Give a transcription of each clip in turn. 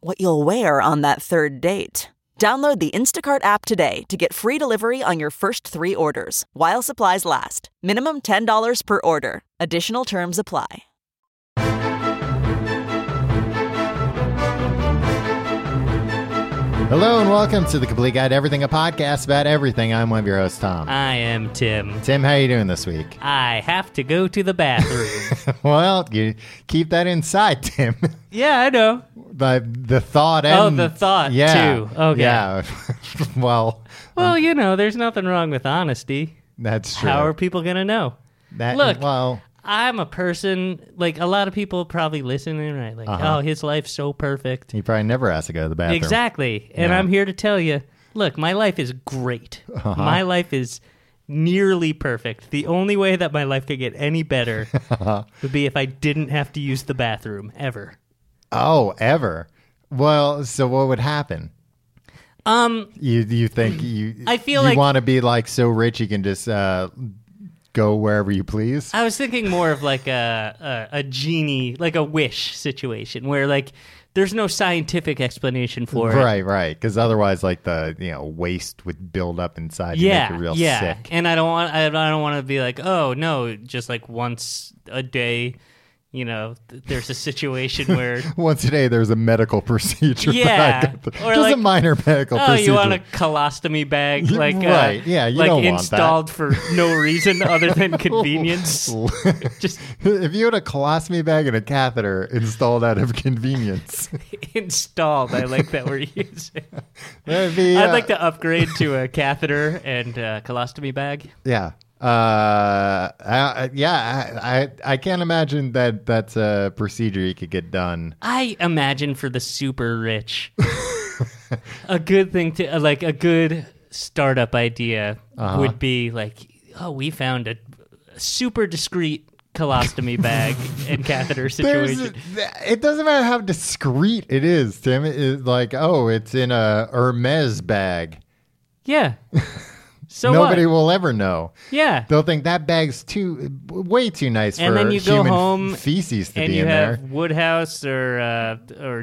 what you'll wear on that third date. Download the Instacart app today to get free delivery on your first three orders while supplies last. Minimum $10 per order. Additional terms apply. Hello and welcome to the Complete Guide to Everything, a podcast about everything. I'm one of your hosts, Tom. I am Tim. Tim, how are you doing this week? I have to go to the bathroom. well, you keep that inside, Tim. yeah, I know. the the thought and Oh, the thought, yeah, too. Oh, Okay. Yeah. well, Well, you know, there's nothing wrong with honesty. that's true. How are people going to know? that, look. Well, I'm a person, like, a lot of people probably listening, right? Like, oh, his life's so perfect. he probably never has to go to the bathroom. Exactly. And Yeah. I'm here to tell you look, my life is great. My life is nearly perfect. The only way that my life could get any better would be if I didn't have to use the bathroom ever. Oh, ever. Well, so what would happen? Um, You you think you? I feel you like- want to be like so rich you can just uh, go wherever you please. I was thinking more of like a, a a genie, like a wish situation where like there's no scientific explanation for it. Right, right. Because otherwise, like the you know waste would build up inside. you, Yeah, make you real yeah, sick. and I don't want I don't- I don't want to be like, oh no, just like once a day, you know, th- there's a situation where Once a day, there's a medical procedure. that I Yeah, got to- or just a like, minor medical oh procedure. you want a colostomy bag, Y- like uh, right, yeah, you like don't want that. installed for no reason other than convenience. just if you had a colostomy bag and a catheter installed out of convenience, installed. I like that we're using. that'd be. I'd uh, like to upgrade to a catheter and uh colostomy bag. Yeah. Uh, I, I- yeah. I, I I can't imagine that that's a procedure you could get done. I imagine for the super rich, a good thing to uh, like a good startup idea Uh-huh. would be like, oh, we found a super discreet colostomy bag and catheter There's, situation. it doesn't matter how discreet it is, Tim. It is like, oh, it's in a Hermes bag. Yeah. So Nobody what? will ever know. yeah. They'll think that bag's too, way too nice for And then you go human home feces to and be you in have there. Woodhouse or uh, or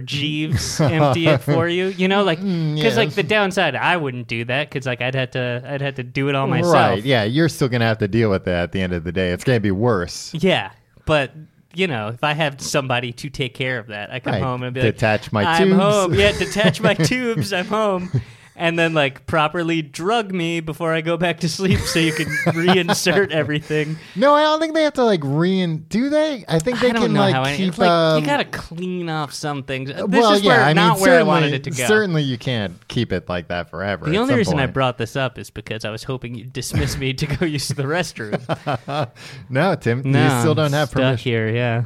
Jeeves empty it for you. You know, like because like Mm, yes. the downside, I wouldn't do that because like I'd have to I'd have to do it all myself. Right? Yeah, you're still gonna have to deal with that at the end of the day. It's gonna be worse. Yeah, but you know, if I have somebody to take care of that, I come Right. home and be Detach like, my I'm tubes." home. Yeah, detach my tubes. I'm home. And then, like, properly drug me before I go back to sleep so you can reinsert everything. No, I don't think they have to like rein. Do they? I think they I don't can know like how any, keep. it's like, um, you gotta clean off some things. This well, is yeah, where, I mean, not where I certainly- wanted it to go. Certainly, you can't keep it like that forever. the at only some reason I point. brought this up is because I was hoping you'd dismiss me to go use the restroom. No, Tim, No, you still don't I'm have stuck permission. here. Yeah,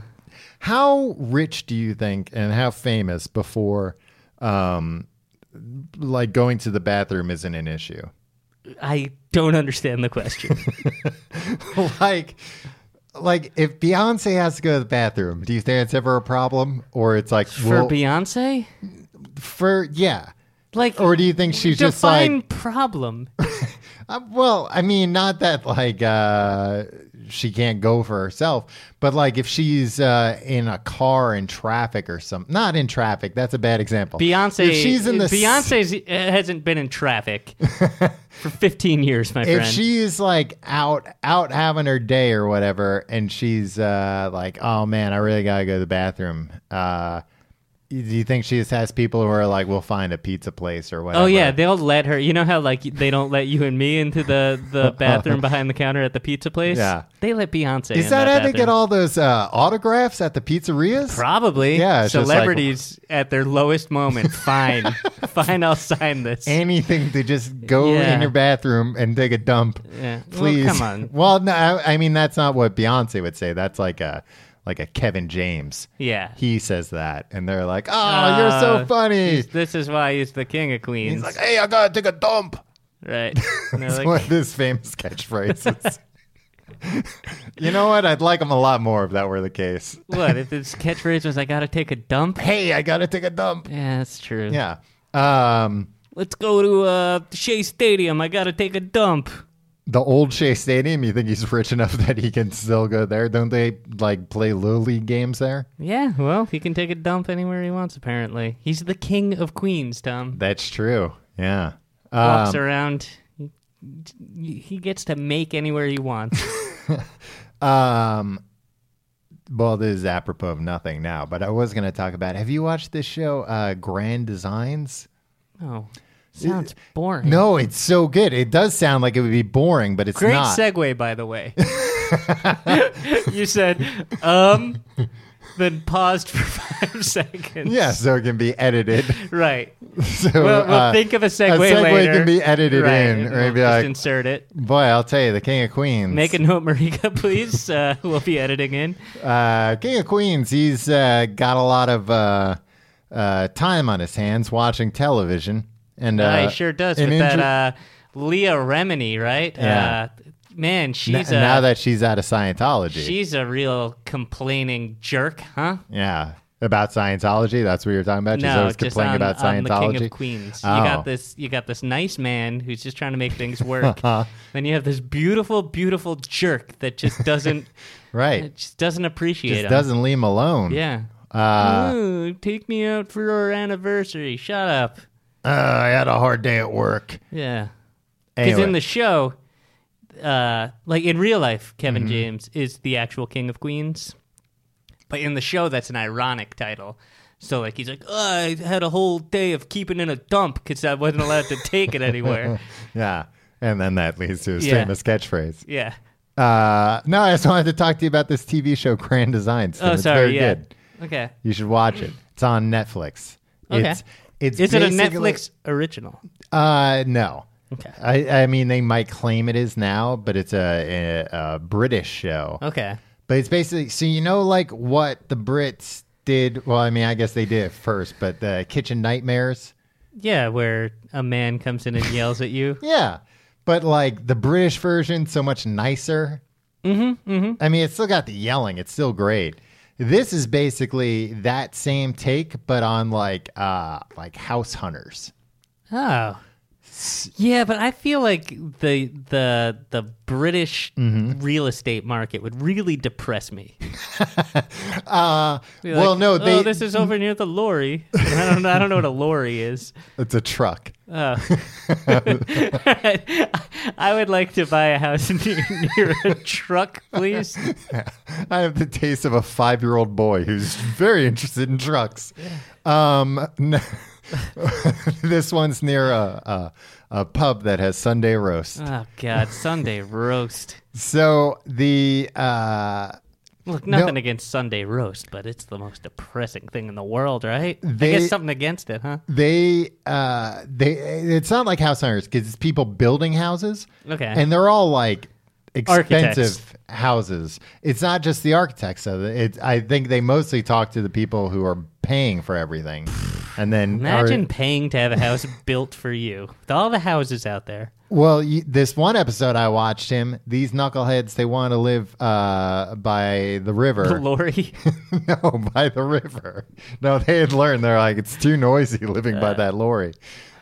How rich do you think, and how famous before, um, like going to the bathroom isn't an issue? I don't understand the question. like like if Beyonce has to go to the bathroom, do you think it's ever a problem? Or it's like For well, Beyonce, for yeah. like, Or do you think she's just define like problem. uh, well, I mean not that like uh she can't go for herself, but like if she's uh in a car in traffic or something. Not in traffic, that's a bad example. Beyonce. If she's in the Beyonce's uh, hasn't been in traffic for 15 years, my if friend. she's like out out having her day or whatever and she's uh like oh man i really gotta go to the bathroom uh do you think she just has people who are like we'll find a pizza place or whatever oh yeah, they'll let her. You know how like they don't let you and me into the the bathroom behind the counter at the pizza place. Yeah. they let Beyonce. is in that, that how they get bathroom. all those uh autographs at the pizzerias Probably. Yeah, it's just like- Celebrities at their lowest moment. Fine. Fine, I'll sign this. anything to just go Yeah. in your bathroom and take a dump Yeah. Well, please come on. well no I, I mean that's not what beyonce would say that's like a like a Kevin James. Yeah. He says that, and they're like, "Oh, you're so Uh, funny." he's- This is why he's the king of He's Queens. like, "Hey, I gotta take a dump." right. And they're It's like, one of his famous catchphrases. you know what? I'd like him a lot more if that were the case. what? If this catchphrase was, I gotta take a dump? Hey, I gotta take a dump. Yeah, that's true. Yeah. Um, Let's go to uh, Shea Stadium. I gotta take a dump. the old Shea Stadium. You think he's rich enough that he can still go there? Don't they like play little league games there? Yeah, well, he can take a dump anywhere he wants, apparently. He's the king of Queens, Tom. That's true. Yeah. Walks Um, around. He he gets to make anywhere he wants. Um, well, this is apropos of nothing now, but I was going to talk about. Have you watched this show, uh, Grand Designs? oh, sounds boring. No, it's so good. It does sound like it would be boring, but it's Great not. segue, by the way. you said, um, then paused for five seconds. yeah, so it can be edited. Right. So Well, we'll uh, think of a segue, segue later. can be edited Right, in, and or we'll be just like- insert it. boy, I'll tell you, the King of Queens. Make a note, Marika, please. Uh, we'll be editing in. uh, King of Queens, he's uh, got a lot of uh, uh, time on his hands watching television, and Uh, uh, he sure does. an With inter- that uh, Leah Remini, right? Yeah. Uh, man, n- she's uh, a now that she's out of Scientology, she's a real complaining jerk, huh? Yeah. About Scientology? That's what you're talking about? She's no, always just complaining on, about on Scientology. the King of Queens. Oh. You got this. You got this nice man who's just trying to make things work. then you have this beautiful, beautiful jerk that just doesn't, Right. that just doesn't appreciate Just him. doesn't leave him alone. Yeah. Uh, Ooh, take me out for our anniversary. Shut up. "Uh, I had a hard day at work. Yeah. Because Anyway, in the show, uh, like in real life, Kevin Mm-hmm. James is the actual King of Queens. But in the show, that's an ironic title. So like he's like, oh, I had a whole day of keeping in a dump because I wasn't allowed to take it anywhere. yeah. And then that leads to his Yeah. famous catchphrase. Yeah. Uh, no, I just wanted to talk to you about this TV show, Grand Designs. Oh, it's sorry. Very Yeah. good. Okay. You should watch it. It's on Netflix. Okay. It's, it's Is it a basically- Netflix original? Uh, no. Okay. I, I mean, they might claim it is now, but it's a, a, a British show. Okay. But it's basically so you know like what the Brits did. Well, I mean, I guess they did it first, but the kitchen nightmares. Yeah, where a man comes in and yells at you. Yeah, but like the British version, so much nicer. Mm-hmm, I mean, it's still got the yelling. It's still great. This is basically that same take, but on like uh like house hunters. Oh. Yeah, but I feel like the the the British Mm-hmm. real estate market would really depress me. Be like, Uh, well, no, they oh, this is over near the lorry. I don't know. I don't know what a lorry is. it's a truck. I would like to buy a house near, near a truck, please. I have the taste of a five year old boy who's very interested in trucks. Um, n- this one's near a, a, a pub that has Sunday roast. Oh God, Sunday roast. So the uh, Look, nothing against Sunday roast, but it's the most depressing thing in the world, right? I They- guess something against it, huh? they uh, they it's not like house hunters because it's people building houses. Okay. and they're all like expensive Architects. houses. It's not just the architects. So it, I think they mostly talk to the people who are paying for everything, and then are- Imagine paying to have a house built for you. With all the houses out there. Well, you, this one episode I watched him. These knuckleheads, they want to live uh, by the river. Lori. no, by the river. No, they had learned. They're like, it's too noisy living by that lorry.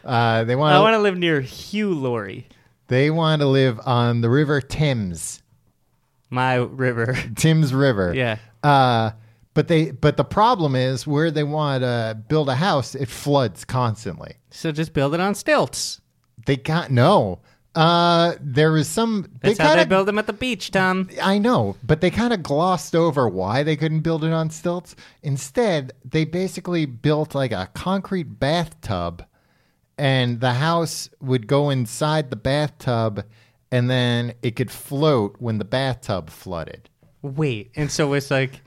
Uh, they I want. want to. to live near Hugh Lori, They want to live on the River Thames, my river. Thames River. yeah. Uh, but they. But the problem is where they want to build a house, it floods constantly. So just build it on stilts. They can't. No. Uh, there is some. That's they how kind they of build them at the beach, Tom. I know, but they kind of glossed over why they couldn't build it on stilts. Instead, they basically built like a concrete bathtub, and the house would go inside the bathtub, and then it could float when the bathtub flooded. Wait. And so it's like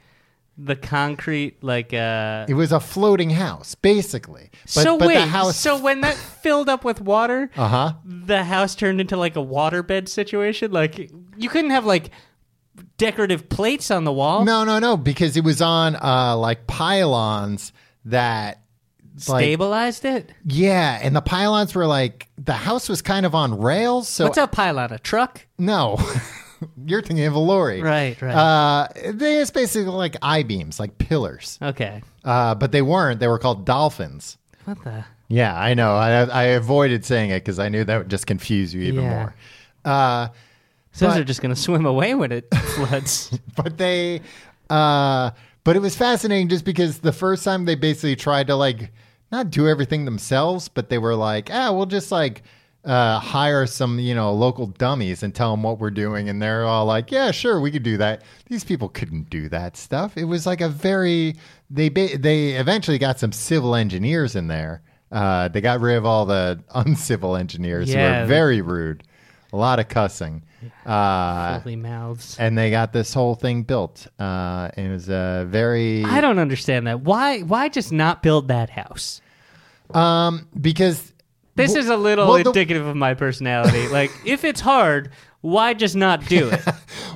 the concrete, like. uh It was a floating house, basically. But, So but wait. the house, So when that filled up with water, uh huh. the house turned into like a waterbed situation. Like you couldn't have like decorative plates on the wall. No, no, no, because it was on uh, like pylons that like, Stabilized it. yeah, and the pylons were like the house was kind of on rails. So What's a pylon? A truck? no, you're thinking of a lorry, Right, right. Uh, they it's basically like I beams, like pillars, okay. uh, but they weren't. They were called dolphins. What the? Yeah, I know. I, I avoided saying it because I knew that would just confuse you even Yeah. more. Uh, So Those are just going to swim away when it floods. but they uh but it was fascinating just because the first time they basically tried to like not do everything themselves but they were like ah we'll just like uh hire some you know local dummies and tell them what we're doing and they're all like yeah sure we could do that these people couldn't do that stuff it was like a very they ba- they eventually got some civil engineers in there uh they got rid of all the uncivil engineers who Yeah. were very rude a lot of cussing uh Holy mouths. and they got this whole thing built. Uh, and it was a very I don't understand that. Why? Why just not build that house? because This is a little well, the- indicative of my personality. like, if it's hard, why just not do it?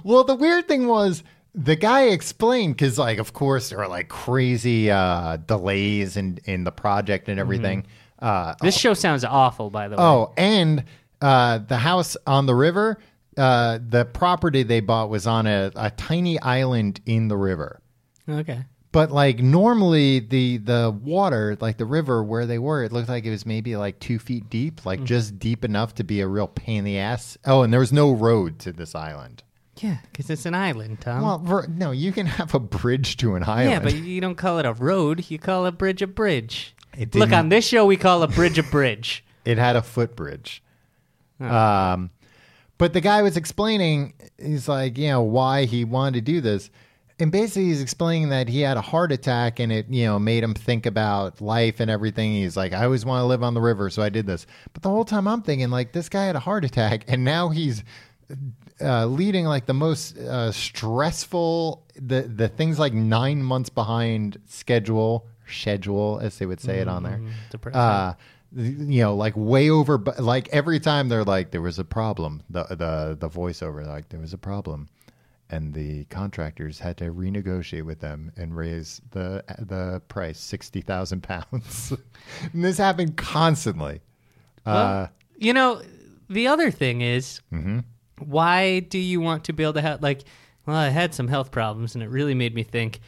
well, the weird thing was the guy explained because like of course there are like crazy uh, delays in in the project and everything. Uh, This show sounds awful, by the way. oh, and uh, the house on the river. Uh, the property they bought was on a, a tiny island in the river. Okay. But like normally the the water, like the river where they were, it looked like it was maybe like two feet deep, like just deep enough to be a real pain in the ass. Oh, and there was no road to this island. Yeah, because it's an island, Tom. Well, ver- no, you can have a bridge to an island. yeah, but you don't call it a road. You call a bridge a bridge. It Look, didn't- on this show, we call a bridge a bridge. it had a footbridge. Um, but the guy was explaining, he's like, you know, why he wanted to do this. And basically, he's explaining that he had a heart attack and it, you know, made him think about life and everything. He's like, I always want to live on the river, so I did this. But the whole time I'm thinking, like, this guy had a heart attack and now he's uh, leading like the most uh, stressful, the, the things like nine months behind schedule, schedule, as they would say it on there Depressing. uh th- you know like way over bu- like every time they're like there was a problem the the the voiceover like there was a problem and the contractors had to renegotiate with them and raise the the price 60,000 pounds and this happened constantly uh you know, the other thing is, Mm-hmm. why do you want to build a house? Like, well, I had some health problems, and it really made me think.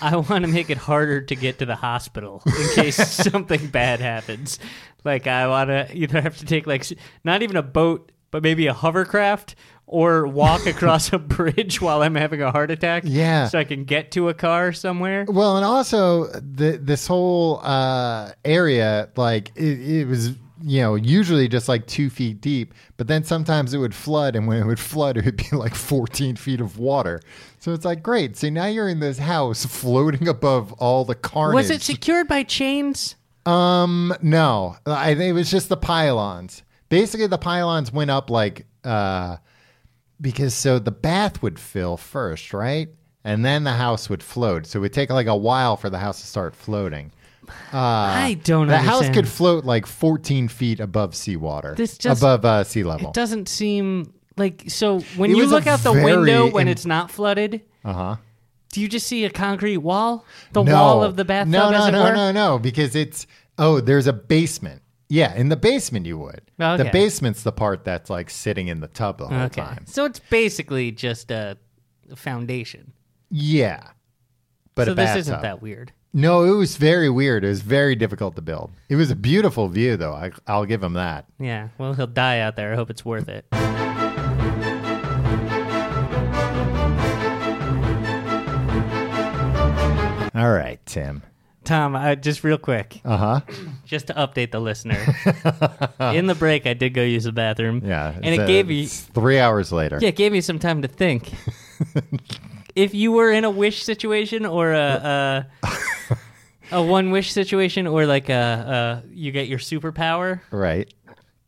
I want to make it harder to get to the hospital in case something bad happens. Like, I want to either have to take like s- not even a boat, but maybe a hovercraft, or walk across a bridge while I'm having a heart attack. Yeah. so I can get to a car somewhere. Well, and also the, this whole uh, area, like it, it was, you know, usually just like two feet deep, but then sometimes it would flood, and when it would flood, it would be like fourteen feet of water. So it's like great. So now you're in this house floating above all the carnage. Was it secured by chains? Um, no, I think it was just the pylons. Basically, the pylons went up like uh, because so the bath would fill first, right, and then the house would float. So it would take like a while for the house to start floating. I don't. Uh, The understand. house could float like 14 feet above seawater, This just- above uh, sea level. It doesn't seem like so when It you was a look out the very window when in- it's not flooded. Uh huh. Do you just see a concrete wall? The no. wall of the bathtub, No, no, as it no, were. no, no, because it's oh, there's a basement. Yeah, in the basement you would. Oh, Okay. The basement's the part that's like sitting in the tub the whole Okay, time. so it's basically just a foundation. Yeah, but so a this bathtub. isn't that weird. No, it was very weird. It was very difficult to build. It was a beautiful view, though. I, I'll give him that. Yeah. Well, he'll die out there. I hope it's worth it. All right, Tim. Tom, I, just real quick, Uh huh. just to update the listener. In the break, I did go use the bathroom. Yeah. And it's, it uh, gave you it's three hours later. Yeah, it gave me some time to think. if you were in a wish situation or a a, a one wish situation or like a, a you get your superpower, Right.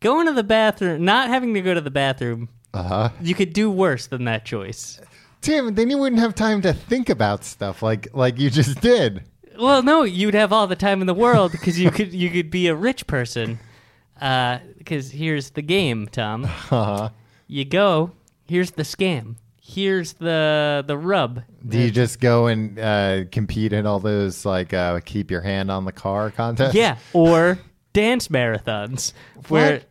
going to the bathroom, not having to go to the bathroom, Uh huh. you could do worse than that choice. Tim, then you wouldn't have time to think about stuff like like you just did. Well, no, you'd have all the time in the world because you could you could be a rich person. Uh, Because here's the game, Tom. You go. Here's the scam. here's the the rub. Do you just go and uh, compete in all those like uh, keep your hand on the car contests? Yeah, or dance marathons where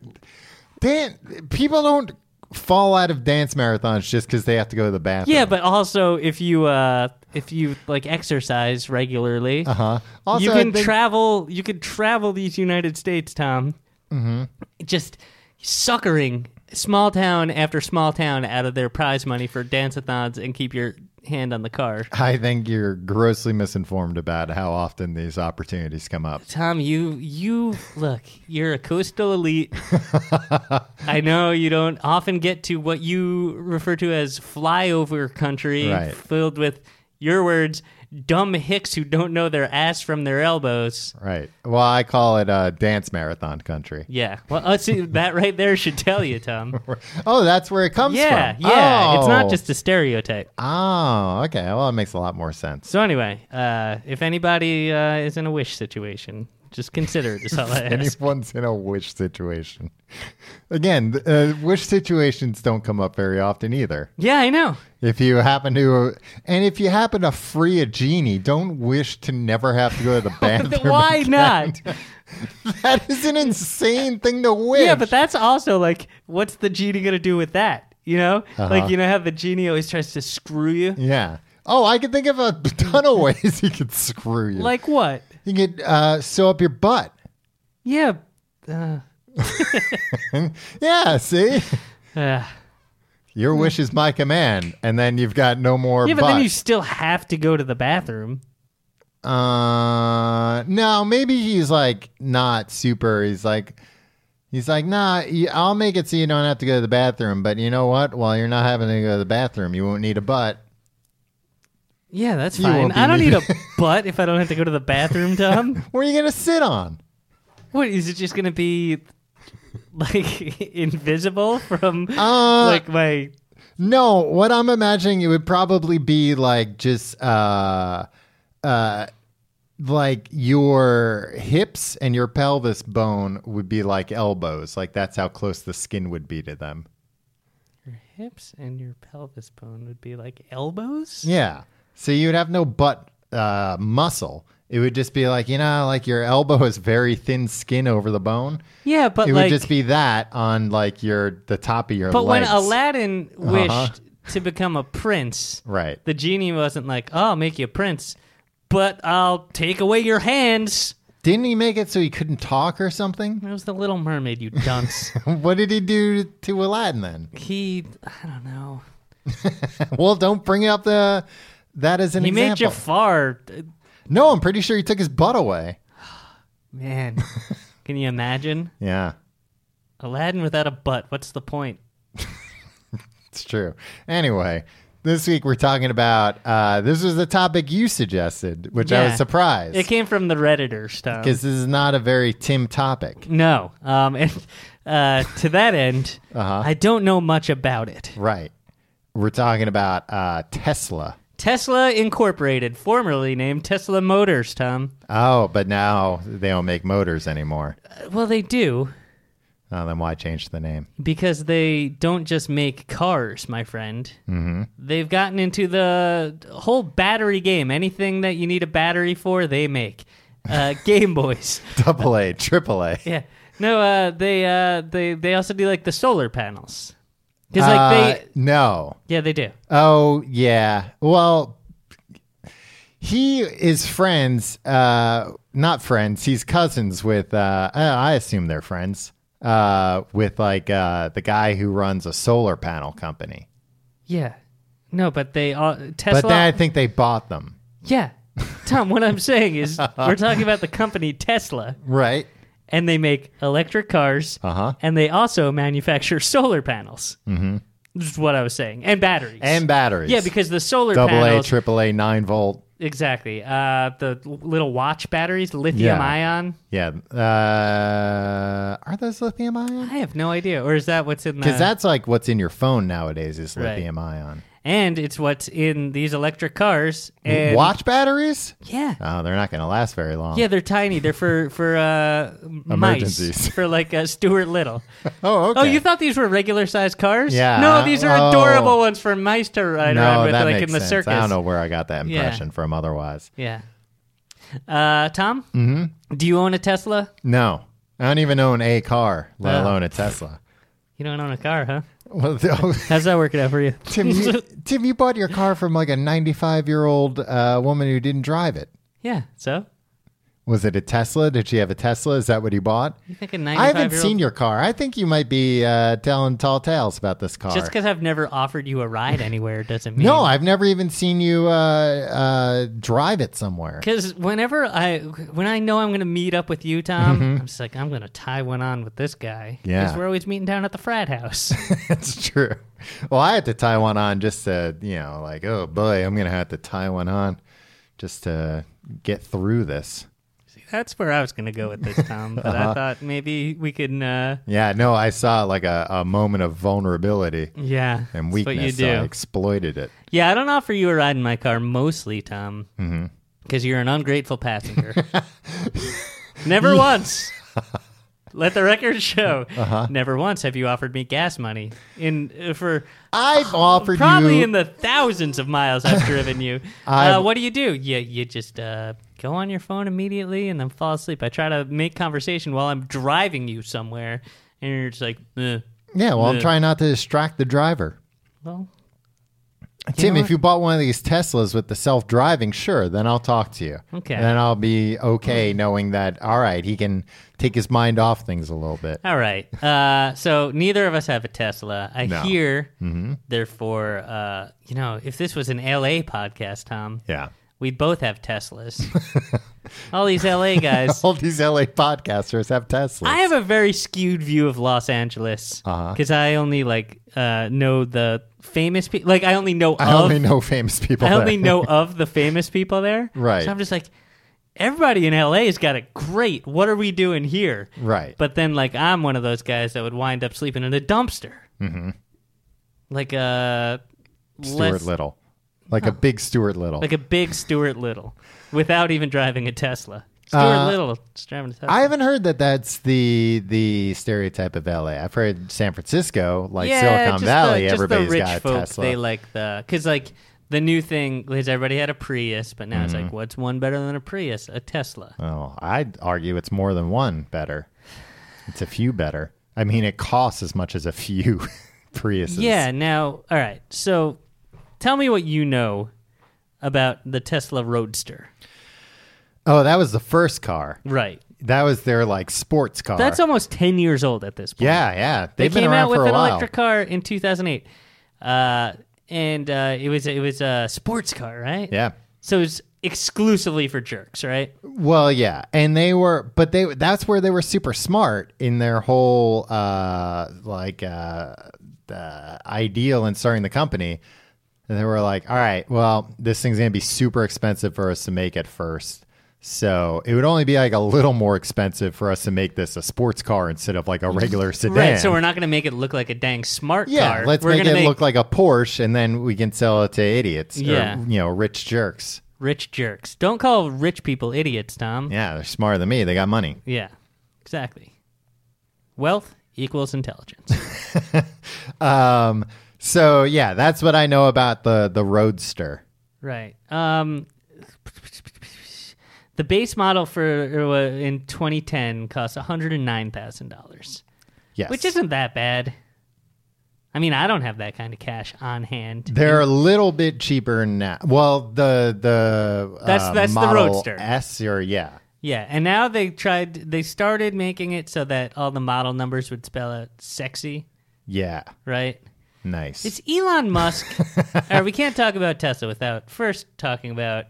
Dan- people don't fall out of dance marathons just because they have to go to the bathroom. yeah, but also if you uh if you like exercise regularly, uh-huh. also, you I can think- travel. You can travel these United States, Tom. Mm-hmm. Just suckering small town after small town out of their prize money for dance-a-thons and keep your hand on the car. I think you're grossly misinformed about how often these opportunities come up. Tom, you you look, you're a coastal elite. I know you don't often get to what you refer to as flyover country Right. filled with your words, dumb hicks who don't know their ass from their elbows. Right. Well, I call it uh, dance marathon country. Yeah. Well, uh, see, that right there should tell you, Tom. Oh, that's where it comes Yeah, from. yeah. It's Oh. not just a stereotype. Oh, okay. Well, it makes a lot more sense. So anyway, uh, if anybody uh, is in a wish situation, just consider it. Is all I ask. Anyone's in a wish situation. Again, th- uh, wish situations don't come up very often either. Yeah, I know. If you happen to, and if you happen to free a genie, don't wish to never have to go to the bathroom. Why again. not? That is an insane thing to wish. Yeah, but that's also like, what's the genie gonna do with that? You know, like you know how the genie always tries to screw you. Uh-huh. Yeah. Oh, I can think of a ton of ways he could screw you. Like what? he could uh, sew up your butt. Yeah. Yeah. See, Uh, your wish is my command, and then you've got no more. yeah, but butt. then you still have to go to the bathroom. Uh, no, maybe he's like not super. He's like, he's like, nah, y- I'll make it so you don't have to go to the bathroom. But you know what? While you're not having to go to the bathroom, you won't need a butt. Yeah, that's You fine. won't be I don't need a needed. butt if I don't have to go to the bathroom, Tom. Where are you gonna sit on? what is it? Just gonna be like invisible from Uh, like my No, what I'm imagining it would probably be like just uh uh like your hips and your pelvis bone would be like elbows. Like that's how close the skin would be to them. your hips and your pelvis bone would be like elbows. Yeah. So you would have no butt uh, muscle. It would just be like, you know, like your elbow is very thin skin over the bone. Yeah, but it like would just be that on like your the top of your But legs. Uh-huh. when Aladdin wished to become a prince, right. the genie wasn't like, "Oh, I'll make you a prince, but I'll take away your hands." Didn't he make it so he couldn't talk or something? It was the Little Mermaid, you dunce. what did he do to Aladdin then? he, I don't know. well, don't bring up the that as an He made example. Jafar. no, I'm pretty sure he took his butt away. Man, can you imagine Yeah. Aladdin without a butt? What's the point? It's true. Anyway, this week we're talking about uh, this was the topic you suggested, which I Yeah. was surprised. It came from the redditors, stuff. because this is not a very Tim topic. No, um, and uh, to that end, I don't know much about it. Right. We're talking about uh, Tesla. Tesla Incorporated, formerly named Tesla Motors, Tom. Oh, but now they don't make motors anymore. Well, they do Oh, then why change the name? because they don't just make cars, my friend. Mm-hmm. They've gotten into the whole battery game. Anything that you need a battery for, they make. Uh, game Boys. Double A, triple A. Yeah. No, uh, they uh, they they also do like the solar panels. Because like they, Uh, no. yeah, they do. Oh yeah. Well, he is friends. Uh, not friends. He's cousins with. Uh, uh, I assume they're friends. Uh, with like uh, the guy who runs a solar panel company. Yeah. No, but they all Tesla. But then I think they bought them. yeah. Tom, what I'm saying is, we're talking about the company Tesla. Right. and they make electric cars, Uh-huh. and they also manufacture solar panels. Mm-hmm. This is what I was saying, and batteries, And batteries. yeah, because the solar double A, panels, triple A, nine volt. exactly. Uh, the l- little watch batteries, lithium Yeah. ion. Yeah. Uh, are those lithium ion? I have no idea, or is that what's in the? Because that's like what's in your phone nowadays is Right. lithium ion. and it's what's in these electric cars. And Watch batteries? Yeah. Oh, they're not going to last very long. Yeah, they're tiny. They're for for uh, Emergencies. mice, for like uh, Stuart Little. Oh, okay. Oh, you thought these were regular sized cars? Yeah. No, these are Oh. adorable ones for mice to ride around no, with, that like makes in the sense. circus. I don't know where I got that Yeah. impression from otherwise. Yeah. Uh, Tom, mm-hmm. do you own a Tesla? No, I don't even own a car, let Oh. alone a Tesla. You don't own a car, huh? Well, th- How's that working out for you? Tim, you, Tim, you bought your car from like a 95 year old uh, woman who didn't drive it. Yeah. So Was it a Tesla? Did she have a Tesla? Is that what you bought? you think a I ninety-five? haven't seen your car. I think you might be uh, telling tall tales about this car. Just because I've never offered you a ride anywhere doesn't mean no, I've never even seen you uh, uh, drive it somewhere. Because whenever I when I know I'm going to meet up with you, Tom, I'm just like I'm going to tie one on with this guy. Mm-hmm. Yeah. because we're always meeting down at the frat house. That's true. Well, I had to tie one on just to, you know, like, oh boy, I'm going to have to tie one on just to get through this. That's where I was going to go with this, Tom. But Uh-huh. I thought maybe we can. Uh, Yeah, no, I saw like a, a moment of vulnerability yeah, and that's weakness. What you so I do? exploited it. Yeah, I don't offer you a ride in my car mostly, Tom, Mm-hmm. because you're an ungrateful passenger. never once. Let the record show. Uh-huh. Never once have you offered me gas money in uh, for I've offered probably you. in the thousands of miles I've driven you. uh, I've- what do you do? You you just uh, go on your phone immediately and then fall asleep. I try to make conversation while I'm driving you somewhere, and you're just like, eh. yeah, well, I'm Yeah. trying not to distract the driver. well, Tim, know if you bought one of these Teslas with the self driving, sure, then I'll talk to you. Okay. And then I'll be okay knowing that, all right, he can take his mind off things a little bit. all right. Uh, so neither of us have a Tesla. I No. Mm-hmm. hear, therefore, uh, you know, if this was an LA podcast, Tom, Yeah. we'd both have Teslas. All these LA guys. All these LA podcasters have Teslas. I have a very skewed view of Los Angeles Uh-huh. because I only like uh, know the famous people. Like I only know I of. only know famous people. I only there. know of the famous people there. Right. So I'm just like, everybody in LA's got it great. What are we doing here? Right. But then like I'm one of those guys that would wind up sleeping in a dumpster. Mm-hmm. Like a Stuart less- Little, like a big Stuart Little. like a big Stuart Little, without even driving a Tesla. Stuart Uh, Little is driving a Tesla. I haven't heard that that's the the stereotype of LA. I've heard San Francisco, like Silicon just Valley, the, just everybody's the rich got a folk, Tesla. They like the because like the new thing is everybody had a Prius, but now it's Mm-hmm. like what's one better than a Prius? A Tesla. oh, I'd argue it's more than one better. It's a few better. I mean, it costs as much as a few Priuses. yeah. Now, all right. So, tell me what you know about the Tesla Roadster. Oh, that was the first car. Right. That was their like sports car. That's almost ten years old at this point. yeah, yeah. They They've been came around out with for a an while. electric car in 2008, uh, and uh, it was it was a sports car, right? Yeah. So it's exclusively for jerks, right? Well, yeah, and they were, but they that's where they were super smart in their whole uh like uh, uh ideal in starting the company. And they were like, all right, well, this thing's gonna be super expensive for us to make at first. So it would only be like a little more expensive for us to make this a sports car instead of like a regular sedan. Right, so we're not going to make it look like a dang smart yeah, car. let's we're make it gonna look like a Porsche, and then we can sell it to idiots Yeah. or you know rich jerks. rich jerks. Don't call rich people idiots, Tom. Yeah, Yeah, they're smarter than me. They got money. exactly. Wealth equals intelligence. Um, so yeah, that's what I know about the the Roadster. right. Um, the base model for uh, in 2010 cost 109 thousand dollars, Yes, which isn't that bad. I mean, I don't have that kind of cash on hand. they're a little bit cheaper now. Well, the the That's- uh, that's the Model Roadster. S or yeah, Yeah, and now they tried. They started making it so that all the model numbers would spell out "sexy," yeah, right? nice. It's Elon Musk. All right, we can't talk about Tesla without first talking about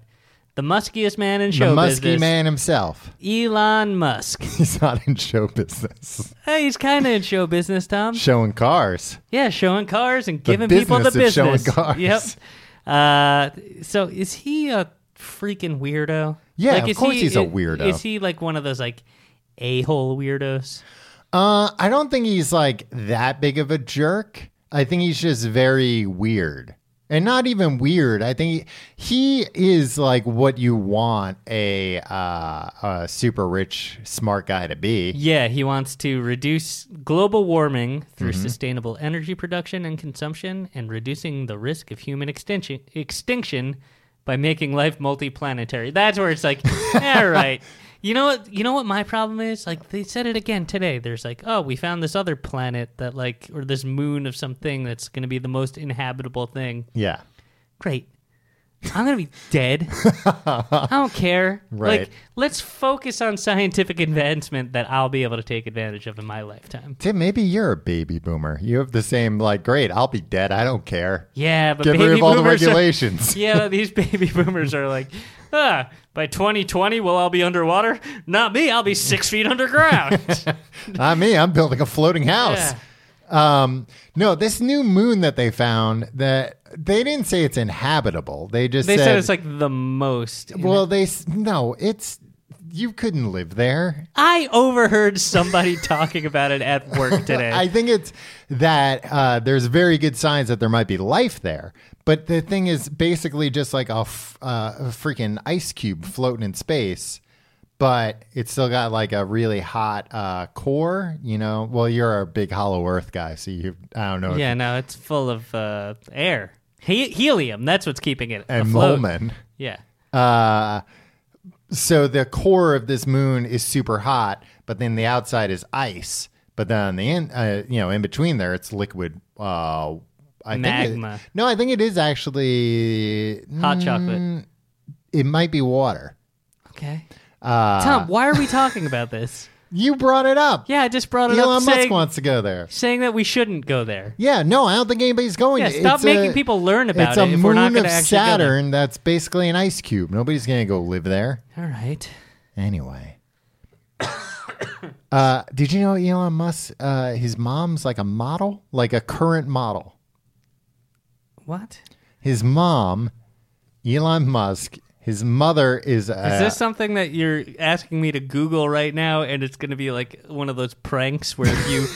the muskiest man in the show musky business, man himself. Elon Musk. He's not in show business. Hey, he's kind of in show business, Tom. Showing cars. Yeah, showing cars and giving people the business of business. showing cars. Yep. Uh, so is he a freaking weirdo? Yeah, of is course he's a i- weirdo. Is he like one of those like a-hole weirdos? Uh, I don't think he's like that big of a jerk. I think he's just very weird. and not even weird. I think he is like what you want a, uh, a super rich smart guy to be. Yeah, he wants to reduce global warming through sustainable energy production and consumption and reducing the risk of human extinction extinction by making life multi-planetary. That's where it's like, all right. You know what you know what my problem is? Like they said it again today. There's like, oh, we found this other planet that like or this moon of something that's going to be the most inhabitable thing. Yeah, Great. I'm going to be dead. I don't care. Right. Like, let's focus on scientific advancement that I'll be able to take advantage of in my lifetime. Tim, maybe you're a baby boomer. You have the same like, great, I'll be dead. I don't care. Yeah, but Get baby rid of all the boomers are- regulations. yeah, but these baby boomers are like, ah, by 2020, we'll all be underwater. Not me. I'll be six feet underground. Not me. I'm building a floating house. Yeah. Um, no, this new moon that they found that they didn't say it's inhabitable. They just they said, said it's like the most. well, they s- no, it's you couldn't live there. I overheard somebody talking about it at work today. I think it's that uh, there's very good signs that there might be life there. But the thing is basically just like a, f- uh, a freaking ice cube floating in space, but it's still got like a really hot uh, core, you know? Well, you're a big hollow earth guy, so you, I don't know. if- yeah, no, it's full of uh, air. He- helium. That's what's keeping it and afloat. Molman. Yeah. Uh, so the core of this moon is super hot, but then the outside is ice. But then on the in, uh, you know, in between there, it's liquid. Uh, I Magma. Think it, no, I think it is actually. Hot mm, chocolate. It might be water. Okay. Uh, Tom, why are we talking about this? You brought it up. Yeah, I just brought it Elon up Musk saying, wants to go there. saying that we shouldn't go there. Yeah, no, I don't think anybody's going. Yeah, to. stop It's making a- people learn about It's a it if moon we're not going of to actually go there. Saturn that's basically an ice cube. Nobody's going to go live there. All right. Anyway. uh, did you know Elon Musk, uh, his mom's like a model, like a current model? What? His mom, Elon Musk, his mother is a. Is this something that you're asking me to Google right now and it's going to be like one of those pranks where if you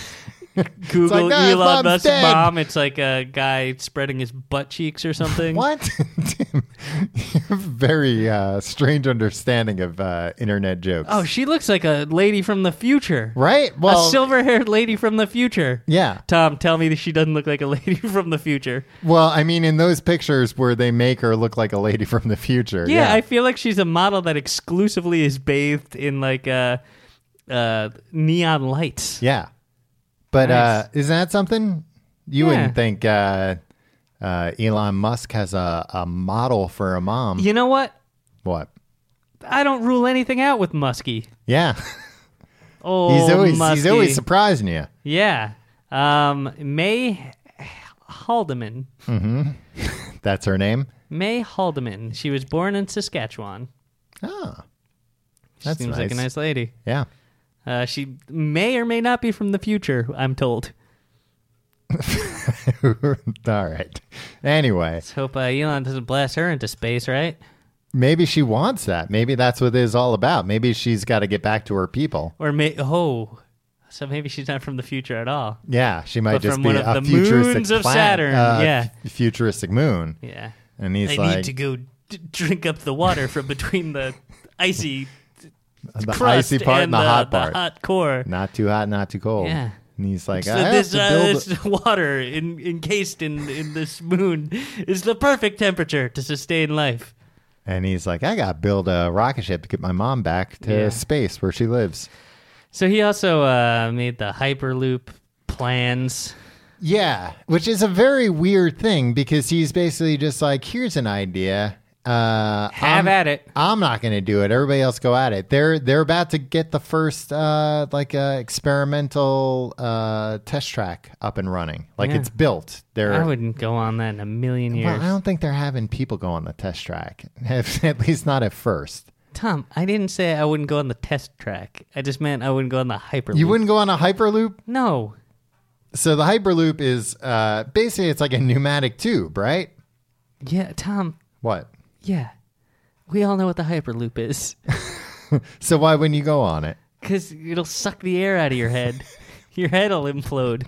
Google no, his mom's Elon Musk's dead. mom, it's like a guy spreading his butt cheeks or something? What? Tim, you have a very uh, strange understanding of uh, internet jokes. Oh, she looks like a lady from the future. right? a Well, silver haired lady from the future. yeah. Tom, tell me that she doesn't look like a lady from the future. Well, I mean, in those pictures where they make her look like a lady from the future. Yeah, I feel like she's a model that exclusively is bathed in like uh, uh, neon lights. Yeah. But Nice. uh, isn't that something? You Yeah. wouldn't think uh, uh, Elon Musk has a, a model for a mom. You know what? What? I don't rule anything out with Muskie. Yeah. Oh, he's always Muskie. he's always surprising you. yeah. Um, May Haldeman. That's her name. May Haldeman. She was born in Saskatchewan. Oh. She That's seems like a nice. nice lady. Yeah. Uh, she may or may not be from the future. I'm told. All right. Anyway, Let's hope uh, Elon doesn't blast her into space, right? maybe she wants that. Maybe that's what it is all about. Maybe she's got to get back to her people. Or may oh, so maybe she's not from the future at all. Yeah, she might But just from be one a of the futuristic moons of planet- Saturn, uh, yeah. f- futuristic moon. Yeah, And he's I like, need to go d- drink up the water from between the icy the crust icy part and the, hot part. the hot core. Not too hot, not too cold. Yeah. And he's like, So I this, have uh, to build this water in, encased in, in this moon is the perfect temperature to sustain life. a-" and he's like, I got to build a rocket ship to get my mom back to Yeah. space where she lives. So he also uh, made the Hyperloop plans. Yeah, which is a very weird thing because he's basically just like, here's an idea. Uh, Have I'm, at it. I'm not going to do it. Everybody else go at it. They're they're about to get the first uh, like uh, experimental uh, test track up and running. Like Yeah. it's built. They're I wouldn't go on that in a million years. Er. well, I don't think they're having people go on the test track. At least not at first. Tom, I didn't say I wouldn't go on the test track. I just meant I wouldn't go on the Hyperloop. You wouldn't go on a hyperloop. No. So the hyperloop is uh, basically it's like a pneumatic tube, right? Yeah, Tom. What? Yeah. We all know what the Hyperloop is. So why wouldn't you go on it? Because it'll suck the air out of your head. your head will implode.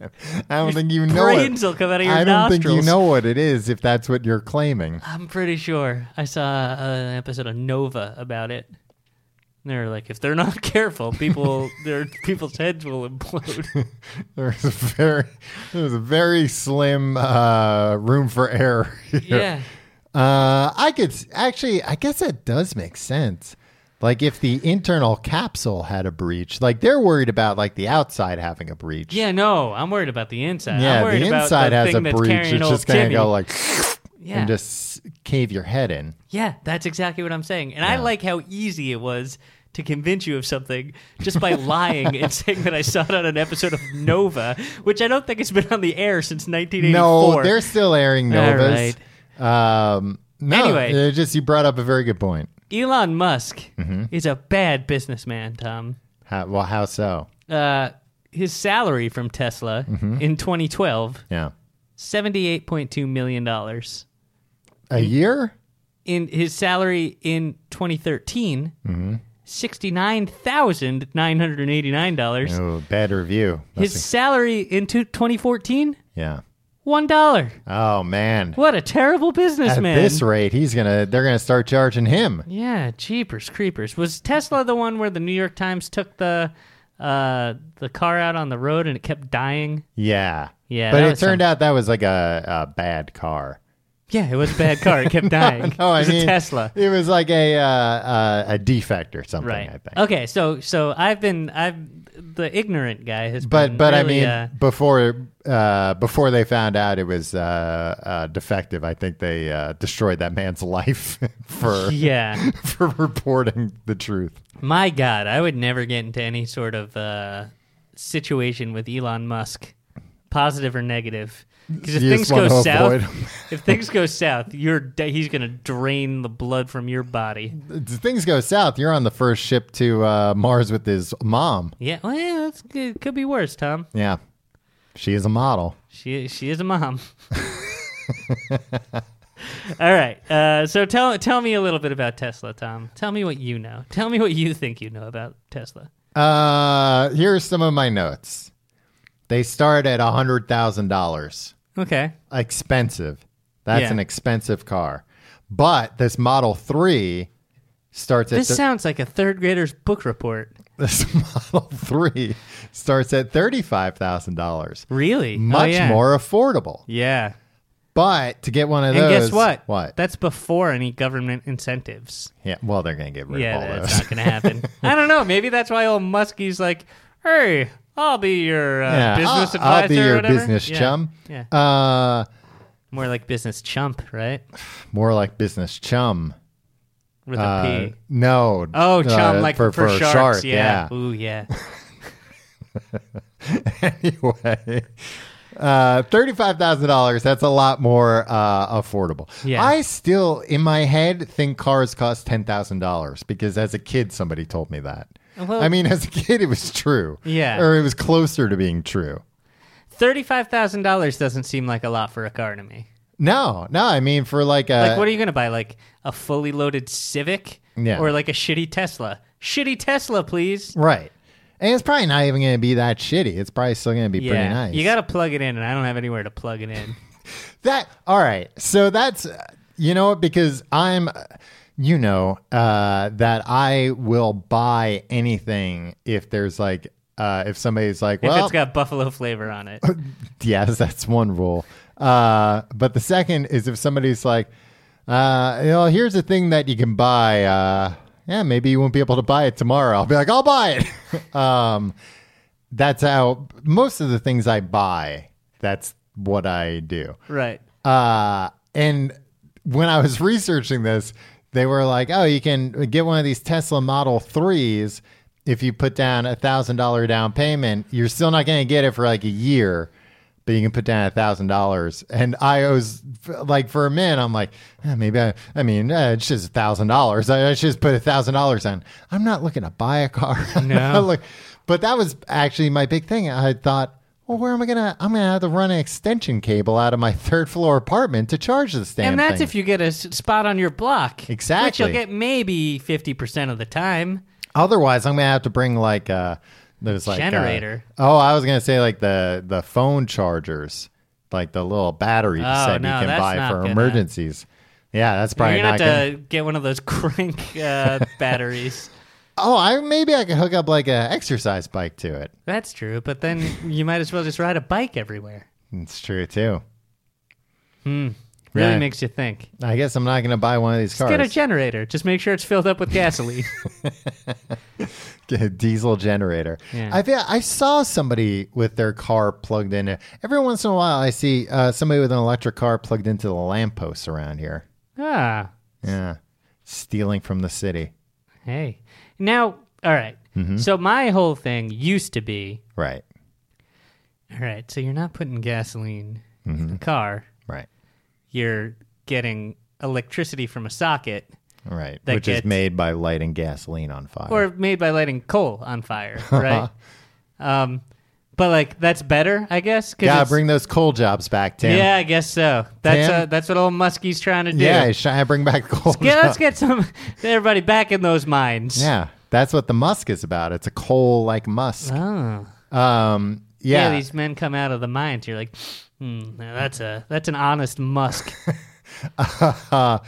I don't think you know brains it. will come out of your I don't think nostrils. you know what it is if that's what you're claiming. I'm pretty sure I saw uh, an episode of Nova about it. And They're like, if they're not careful, people their people's heads will implode. There's a very there's a very slim uh, room for error. Here. yeah, Uh, I could s- actually, I guess that does make sense. Like if the internal capsule had a breach, like they're worried about like the outside having a breach. yeah. No, I'm worried about the inside. Yeah, I'm worried the about inside the has thing a that's breach. carrying It's old just gonna Timmy. go like yeah, and just cave your head in. yeah. That's exactly what I'm saying. And I like how easy it was to convince you of something just by lying and saying that I saw it on an episode of Nova, which I don't think has been on the air since 1984. No, they're still airing novas. Um, no, Anyway. anyway, just you brought up a very good point. Elon Musk is a bad businessman, Tom. How, well, how so? Uh, his salary from Tesla in 2012, Yeah, $78.2 million. a Mm. year. In his salary in 2013, $69,989. Oh, bad review. Must His salary in two- 2014, be- yeah. $1. Oh man. What a terrible At businessman. this rate, he's gonna. They're gonna start charging him. Yeah, jeepers creepers. Was Tesla the one where the New York Times took the uh, the car out on the road and it kept dying? Yeah. Yeah, But that it was turned some- out that was like a, a bad car. Yeah, it was a bad car. It kept dying. No, it I was mean a Tesla. It was like a uh, uh, a defect or something. Right. I think. Okay, so so I've been I've the ignorant guy has But been but I really, mean uh, before uh, before they found out it was uh, uh, defective, I think they uh, destroyed that man's life for yeah, for reporting the truth. my God, I would never get into any sort of uh, situation with Elon Musk, positive or negative. Because if You just things go want to south, avoid if things go south, you're de- he's gonna drain the blood from your body. If things go south, you're on the first ship to uh, Mars with his mom. Yeah, well, that's good. could be worse, Tom. Yeah, she is a model. She she is a mom. All right. Uh, so tell tell me a little bit about Tesla, Tom. Tell me what you know. Tell me what you think you know about Tesla. Uh, here's some of my notes. They start at hundred thousand dollars. Okay. Expensive. That's Yeah. an expensive car. But this Model Three starts at This thir- sounds like a third grader's book report. this Model Three starts at thirty five thousand dollars. Really? Oh, Much more affordable. Yeah. But to get one of And those, guess what? What? That's before any government incentives. yeah. Well, they're gonna get rid of all Yeah, that's those. not going to happen. I don't know. Maybe that's why old Muskie's like, hey, I'll be your uh, Yeah, business I'll, advisor. I'll be or your whatever." business Yeah. chum. Yeah. Uh, More like business chump, right? more like business chum. With a P. Uh, no. Oh, uh, chum, like for, sharks. shark, yeah. Ooh, yeah. anyway, uh, thirty-five thousand dollars. That's a lot more uh, affordable. Yeah. I still, in my head, think cars cost ten thousand dollars because as a kid, somebody told me that. Well- I mean, as a kid, it was true. Yeah. or it was closer to being true. Thirty-five thousand dollars doesn't seem like a lot for a car to me. No, no. I mean, for like uh, a Like, what are you going to buy? Like a fully loaded Civic, Yeah. or like a shitty Tesla? Shitty Tesla, please. right. And it's probably not even going to be that shitty. It's probably still going to be pretty yeah, nice. you got to plug it in, and I don't have anywhere to plug it in. That all right. So that's uh, you know what, because I'm you know uh that I will buy anything if there's like uh if somebody's like if well it's got buffalo flavor on it, yes that's one rule. Uh but the second is if somebody's like uh you know here's a thing that you can buy uh yeah maybe you won't be able to buy it tomorrow. I'll be like I'll buy it. um that's how most of the things I buy that's what I do. right? Uh, and when I was researching this, they were like, "Oh, you can get one of these Tesla Model Threes if you put down a thousand dollar down payment. You're still not going to get it for like a year, but you can put down a thousand dollars." And I was like, for a minute, I'm like, "Eh, maybe I. I mean, eh, it's just a thousand dollars. I I should just put a thousand dollars on. I'm not looking to buy a car. No. Look, but that was actually my big thing. I thought, well, where am I gonna? I'm gonna have to run an extension cable out of my third floor apartment to charge this damn and that's thing. if you get a s- spot on your block, which Exactly. you'll get maybe fifty percent of the time. Otherwise, I'm gonna have to bring like a That was like uh, Generator? oh, I was gonna say like the the phone chargers, like the little battery Oh, set no, you can that's buy not for gonna- emergencies. Yeah, that's probably You're gonna not have gonna. to get one of those crank uh, batteries. Oh, I maybe I can hook up like a exercise bike to it. That's true, but then you might as well just ride a bike everywhere. It's true too. Really Yeah. makes you think. I guess I'm not gonna buy one of these Just cars. get a generator. Just make sure it's filled up with gasoline. Get a diesel generator. Yeah. I feel, I saw somebody with their car plugged in. Every once in a while, I see uh, somebody with an electric car plugged into the lampposts around here. ah, Yeah, stealing from the city. hey. Now, all right. Mm-hmm. So my whole thing used to be Right, all right. So you're not putting gasoline Mm-hmm. in the car. right, You're getting electricity from a socket, right. That Which is gets- made by lighting gasoline on fire. or made by lighting coal on fire, right? um, but like that's better, I guess. 'cause yeah, it's- bring those coal jobs back, Tim. Yeah, I guess so. That's Tim? uh, that's what old Muskie's trying to do. yeah. Should I bring back coal? Yeah, jobs? let's get some everybody back in those mines. Yeah, that's what the Musk is about. It's a coal like Musk. Oh. Um, Yeah. yeah, these men come out of the mines. You're like, hmm, now that's a that's an honest Musk. uh,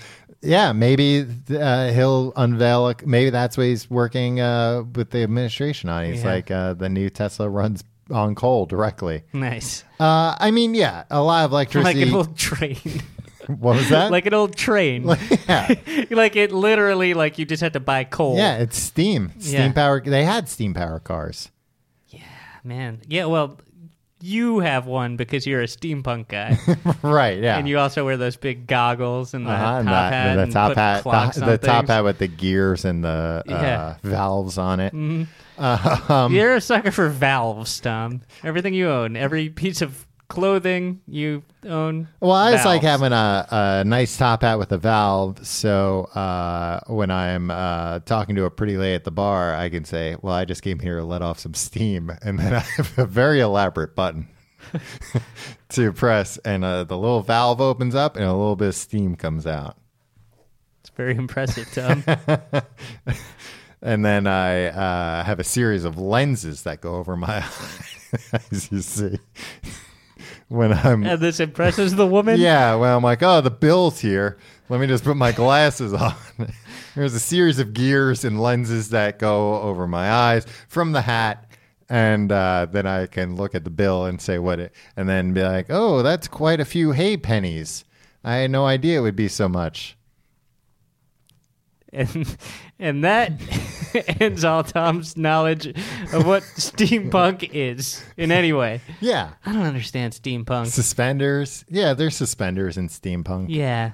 yeah. Maybe uh, he'll unveil. A, maybe that's what he's working uh, with the administration on. He's Yeah. like uh, the new Tesla runs on coal directly. nice, Uh, I mean, yeah, a lot of like electricity. an old train, what was that? like an old train. yeah, like it literally, like you just had to buy coal. yeah. It's steam, steam Yeah. power. They had steam power cars. man. Yeah, well, you have one because you're a steampunk guy, Right. Yeah. and you also wear those big goggles and the Uh-huh, top and the- hat, the and top put hat, clocks the, on the top things. hat with the gears and the uh, Yeah. valves on it. You're a sucker for valves, Tom. Everything you own, every piece of clothing you own. Well, I just like valves. having a, a nice top hat with a valve. So uh, when I'm uh, talking to a pretty lady at the bar, I can say, Well, I just came here to let off some steam. And then I have a very elaborate button to press, and uh, the little valve opens up, and a little bit of steam comes out. It's very impressive, Tom. And then I uh, have a series of lenses that go over my eyes, you see. When I'm and this impresses the woman. Yeah, well, I'm like, oh, the bill's here. Let me just put my glasses on. There's a series of gears and lenses that go over my eyes from the hat. And uh, then I can look at the bill and say what it, and then be like, oh, that's quite a few hay pennies. I had no idea it would be so much. And, and that ends all Tom's knowledge of what steampunk is in any way. Yeah. I don't understand steampunk. Suspenders. Yeah, there's suspenders in steampunk. Yeah.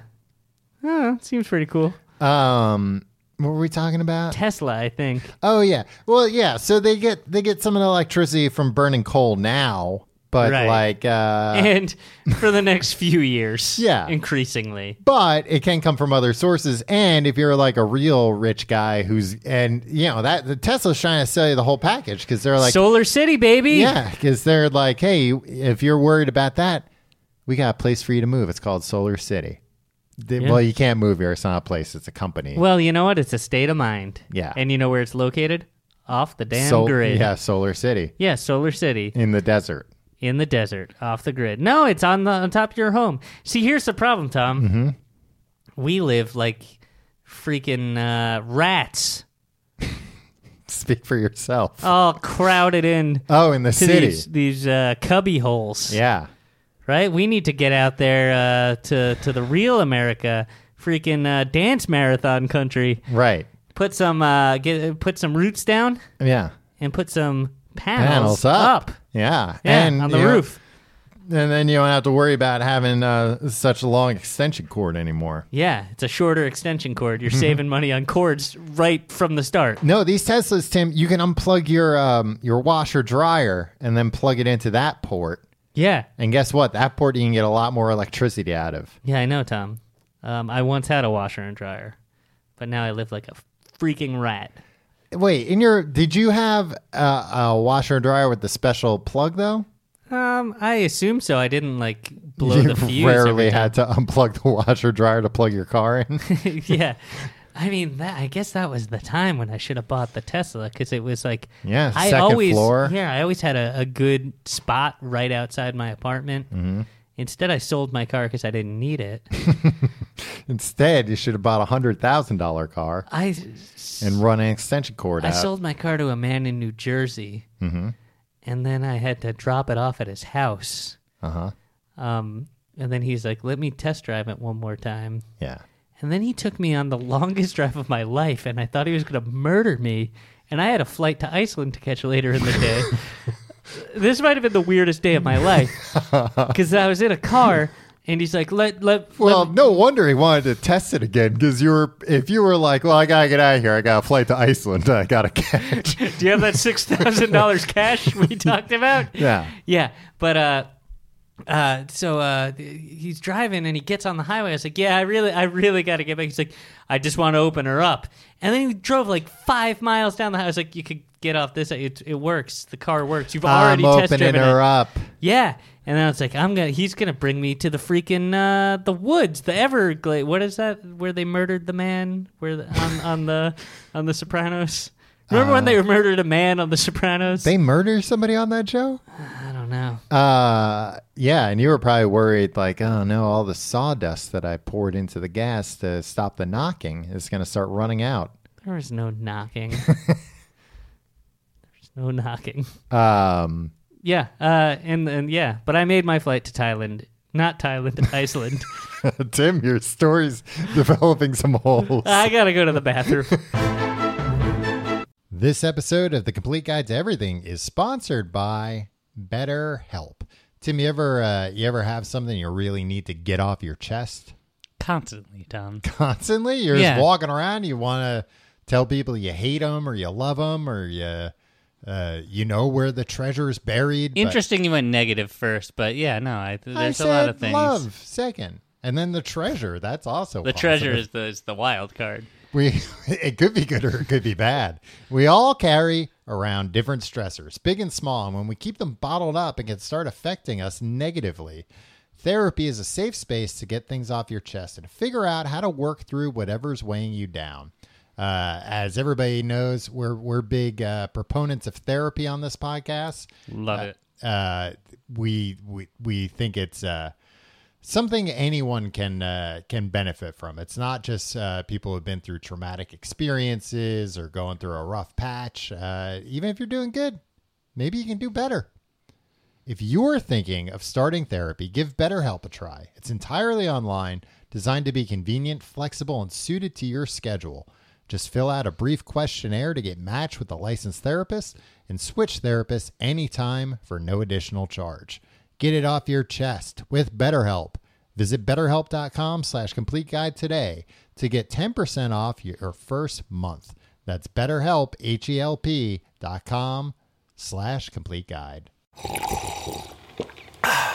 Oh, seems pretty cool. Um, what were we talking about? Tesla, I think. Oh yeah. Well, yeah. So they get they get some of the electricity from burning coal now, but Right. like, uh, and for the next few years. Yeah. Increasingly. but it can come from other sources. And if you're like a real rich guy who's and you know that the Tesla's trying to sell you the whole package because they're like, Solar City, baby. yeah, because they're like, hey, if you're worried about that, we got a place for you to move. It's called Solar City. They- Yeah. Well, you can't move here. It's not a place. It's a company. Well, you know what? It's a state of mind. Yeah. And you know where it's located? Off the damn Sol- grid. Yeah, Solar City Yeah, Solar City in the desert. in the desert, off the grid. No, it's on the on top of your home. See, here's the problem, Tom. Mm-hmm. We live like freaking uh, rats, Speak for yourself. all crowded in oh, in the Oh, to city. these these uh, cubby holes. Yeah. Right? We need to get out there uh, to to the real America, freaking uh, dance marathon country. Right. Put some uh, get put some roots down. Yeah. and put some panels, Panels up. Yeah. Yeah, and on the you know, roof. and then you don't have to worry about having uh, such a long extension cord anymore. Yeah, it's a shorter extension cord. You're saving money on cords right from the start. No, these Teslas, Tim, you can unplug your um, your washer dryer and then plug it into that port. Yeah. And guess what? That port you can get a lot more electricity out of. Yeah, I know, Tom. Um, I once had a washer and dryer, but now I live like a freaking rat. Wait, in your did you have uh, a washer and dryer with the special plug though? Um, I assume so. I didn't like blow you the fuse. every rarely time. had to unplug the washer dryer to plug your car in. yeah. I mean, that, I guess that was the time when I should have bought the Tesla because it was like, Yeah, I second always, floor. yeah, I always had a, a good spot right outside my apartment. Mm-hmm. Instead, I sold my car because I didn't need it. Instead, you should have bought a hundred thousand dollar car I, and run an extension cord I out. sold my car to a man in New Jersey, Mm-hmm. and then I had to drop it off at his house. Uh-huh. Uh huh. Um, and then he's like, "Let me test drive it one more time." yeah, And then he took me on the longest drive of my life, and I thought he was going to murder me. And I had a flight to Iceland to catch later in the day. this might have been the weirdest day of my life because I was in a car, and he's like, "Let let, Well, let no wonder he wanted to test it again because you were, if you were like, well, I gotta get out of here. I got a flight to Iceland. I gotta catch. do you have that six thousand dollars cash we talked about?" yeah. yeah but uh uh so uh th- he's driving and he gets on the highway i was like yeah i really i really gotta get back he's like i just want to open her up and then he drove like five miles down the highway i was like you could get off this it, it works the car works you've already I'm test opening driven her it up. yeah and then i was like i'm gonna he's gonna bring me to the freaking uh the woods the everglade what is that where they murdered the man where the, on, on the on the sopranos remember when they murdered a man on the sopranos Uh, They murder somebody on that show? i don't know Uh, yeah, and you were probably worried, like, oh no, all the sawdust that I poured into the gas to stop the knocking is going to start running out. There was no knocking. There's no knocking. Um, Yeah, uh, and and yeah, but I made my flight to Thailand, not Thailand, Iceland. Tim, your story's developing some holes. I gotta go to the bathroom. This episode of The Complete Guide to Everything is sponsored by BetterHelp. Tim, you ever uh, you ever have something you really need to get off your chest Constantly, Tom. constantly? You're Yeah. just walking around. You want to tell people you hate them or you love them or you uh, you know where the treasure is buried. but- Interesting you went negative first, but yeah, no, I, th- I there's said a lot of things. love second, and then the treasure. That's also The positive. treasure is the, is the wild card. We it could be good or it could be bad. We all carry around different stressors, big and small, and when we keep them bottled up, it can start affecting us negatively. Therapy is a safe space to get things off your chest and figure out how to work through whatever's weighing you down. Uh, as everybody knows, we're we're big uh, proponents of therapy on this podcast. Love it. Uh, we we we think it's uh, something anyone can uh, can benefit from. It's not just uh, people who've been through traumatic experiences or going through a rough patch. Uh, even if you're doing good, maybe you can do better. If you're thinking of starting therapy, give BetterHelp a try. It's entirely online, designed to be convenient, flexible, and suited to your schedule. Just fill out a brief questionnaire to get matched with a licensed therapist and switch therapists anytime for no additional charge. Get it off your chest with BetterHelp. Visit betterhelp.com slash complete guide today to get 10% off your first month. That's betterhelp, H-E-L-P dot com slash complete guide.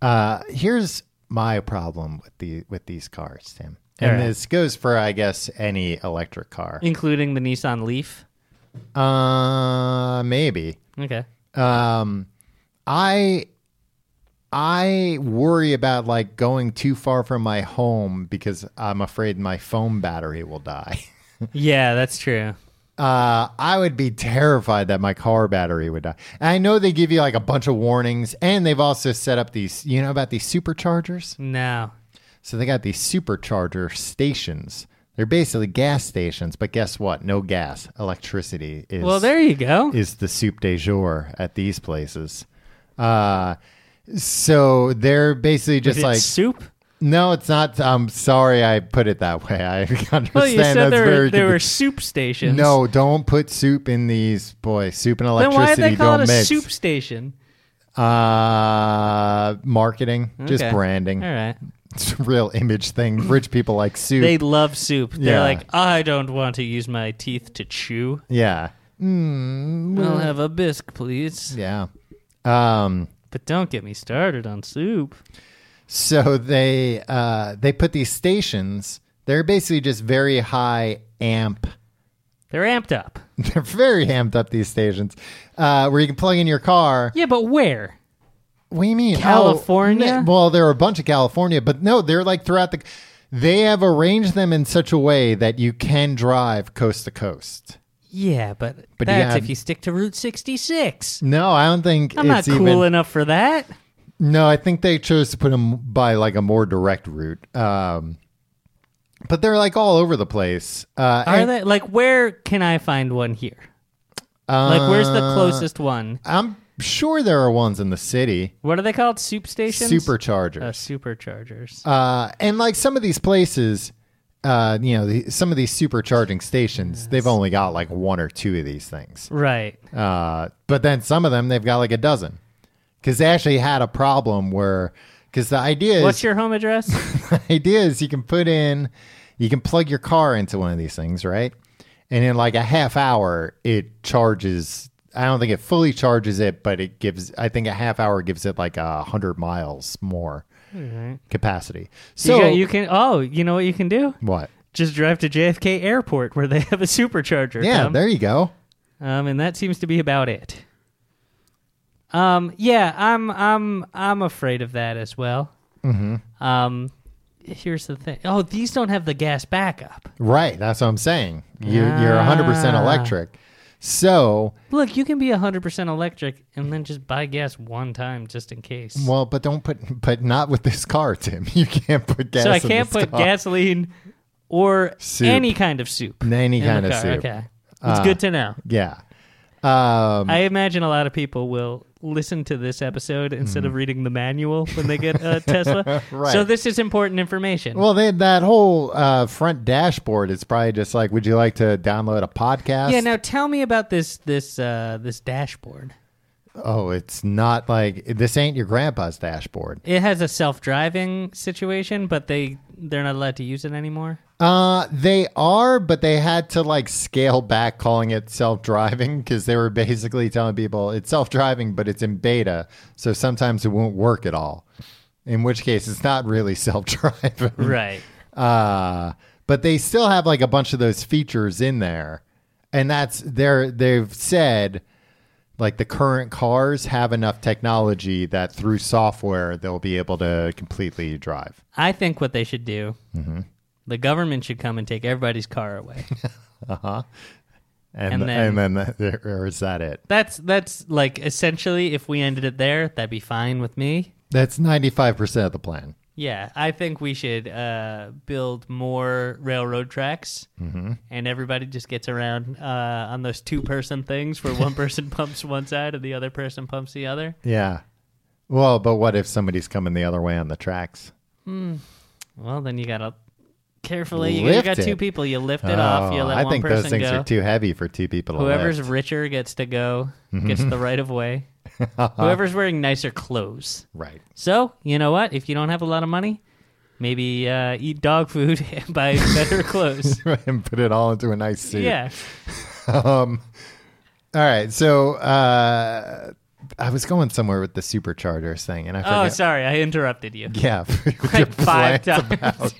Uh, here's my problem with the with these cars, Tim. And Alright. this goes for, I guess, any electric car. Including the Nissan Leaf. Uh, maybe. Okay. Um, I I worry about like going too far from my home because I'm afraid my phone battery will die. Yeah, that's true. Uh, I would be terrified that my car battery would die. And I know they give you like a bunch of warnings, and they've also set up these. You know about these superchargers? No. So they got these supercharger stations. They're basically gas stations, but guess what? No gas. Electricity is Well, there you go. is the soup de jour at these places. Uh so they're basically just Is it like soup. no, it's not. I'm sorry, I put it that way. I understand Well, you said that's there were, very. there were confu- soup stations. no, don't put soup in these. Boy, soup and Then why electricity did they call don't it a mix. soup station? Uh, marketing, just Okay. branding. All right. It's a real image thing. Rich people like soup. They love soup. They're Yeah. like, I don't want to use my teeth to chew. yeah. I'll have a bisque, please. Yeah. Um, But don't get me started on soup. so they uh, they put these stations. They're basically just very high amp. They're amped up. They're very amped up these stations, uh, where you can plug in your car. Yeah, but where? What do you mean? Oh, California? n- well, there are a bunch of California, but no, they're like throughout the. They have arranged them in such a way that you can drive coast to coast. Yeah, but, But you that's have- if you stick to Route 66. No, I don't think I'm it's not cool even. enough for that. No, I think they chose to put them by like a more direct route. Um, but they're like all over the place. Uh, Are and they like where can I find one here? like where's Uh, the closest one? I'm sure there are ones in the city, What are they called? Soup stations? superchargers, uh, superchargers. uh, and like some of these places. Uh, you know, the, some of these supercharging stations, they've only got like one or two of these things. right. Uh, but then some of them, they've got like a dozen. Because they actually had a problem where, because the idea is, What's your home address? idea is you can put in, you can plug your car into one of these things, right? And in like a half hour, it charges. I don't think it fully charges it, but it gives. I think a half hour gives it like a hundred miles more capacity. So you, got- you can Oh, you know what you can do? what? Just drive to JFK Airport where they have a supercharger. Yeah, Tom. there you go. Um, and that seems to be about it. Um, yeah, I'm I'm I'm afraid of that as well. Mm-hmm. Um, here's the thing. Oh, these don't have the gas backup. Right, that's what I'm saying. You're you're hundred percent Ah. electric. So Look, you can be 100% electric and then just buy gas one time just in case. well, but don't put, but not with this car, Tim. You can't put gas. so I in can't this put car. gasoline or Soup. any kind of soup. Any in the kind of car. soup. Ah. Okay. It's good to know. Yeah. Um, I imagine a lot of people will listen to this episode instead of reading the manual when they get a Tesla. Mm. Right. So this is important information. Well, they, that whole uh, front dashboard is probably just like, would you like to download a podcast? yeah, now tell me about this this uh, this dashboard. Oh, it's not like this ain't your grandpa's dashboard. It has a self-driving situation, but they they're not allowed to use it anymore. Uh, they are, but they had to like scale back calling it self driving because they were basically telling people it's self driving, but it's in beta. So sometimes it won't work at all, in which case it's not really self driving. Right. Uh, but they still have like a bunch of those features in there. And that's they're they've said like the current cars have enough technology that through software they'll be able to completely drive. I think what they should do, Mm-hmm. the government should come and take everybody's car away. And, And and then, or is that it? that's that's like essentially if we ended it there, that'd be fine with me. That's 95% of the plan. Yeah, I think we should uh, build more railroad tracks, Mm-hmm. and everybody just gets around uh, on those two-person things where one person pumps one side and the other person pumps the other. Yeah. Well, but what if somebody's coming the other way on the tracks? Well, then you gotta carefully. You, Lift got it. two people. You lift it off. You Oh, let I one think person those things go. are too heavy for two people to Whoever's lift. richer gets to go, Mm-hmm. gets the right of way. Whoever's wearing nicer clothes. Right. So, you know what? If you don't have a lot of money, maybe uh, eat dog food and buy better clothes. and put it all into a nice suit. yeah. All right, so uh, I was going somewhere with the superchargers thing, and I Oh, forgot. sorry. I interrupted you. Yeah, with your Like five plans times. about-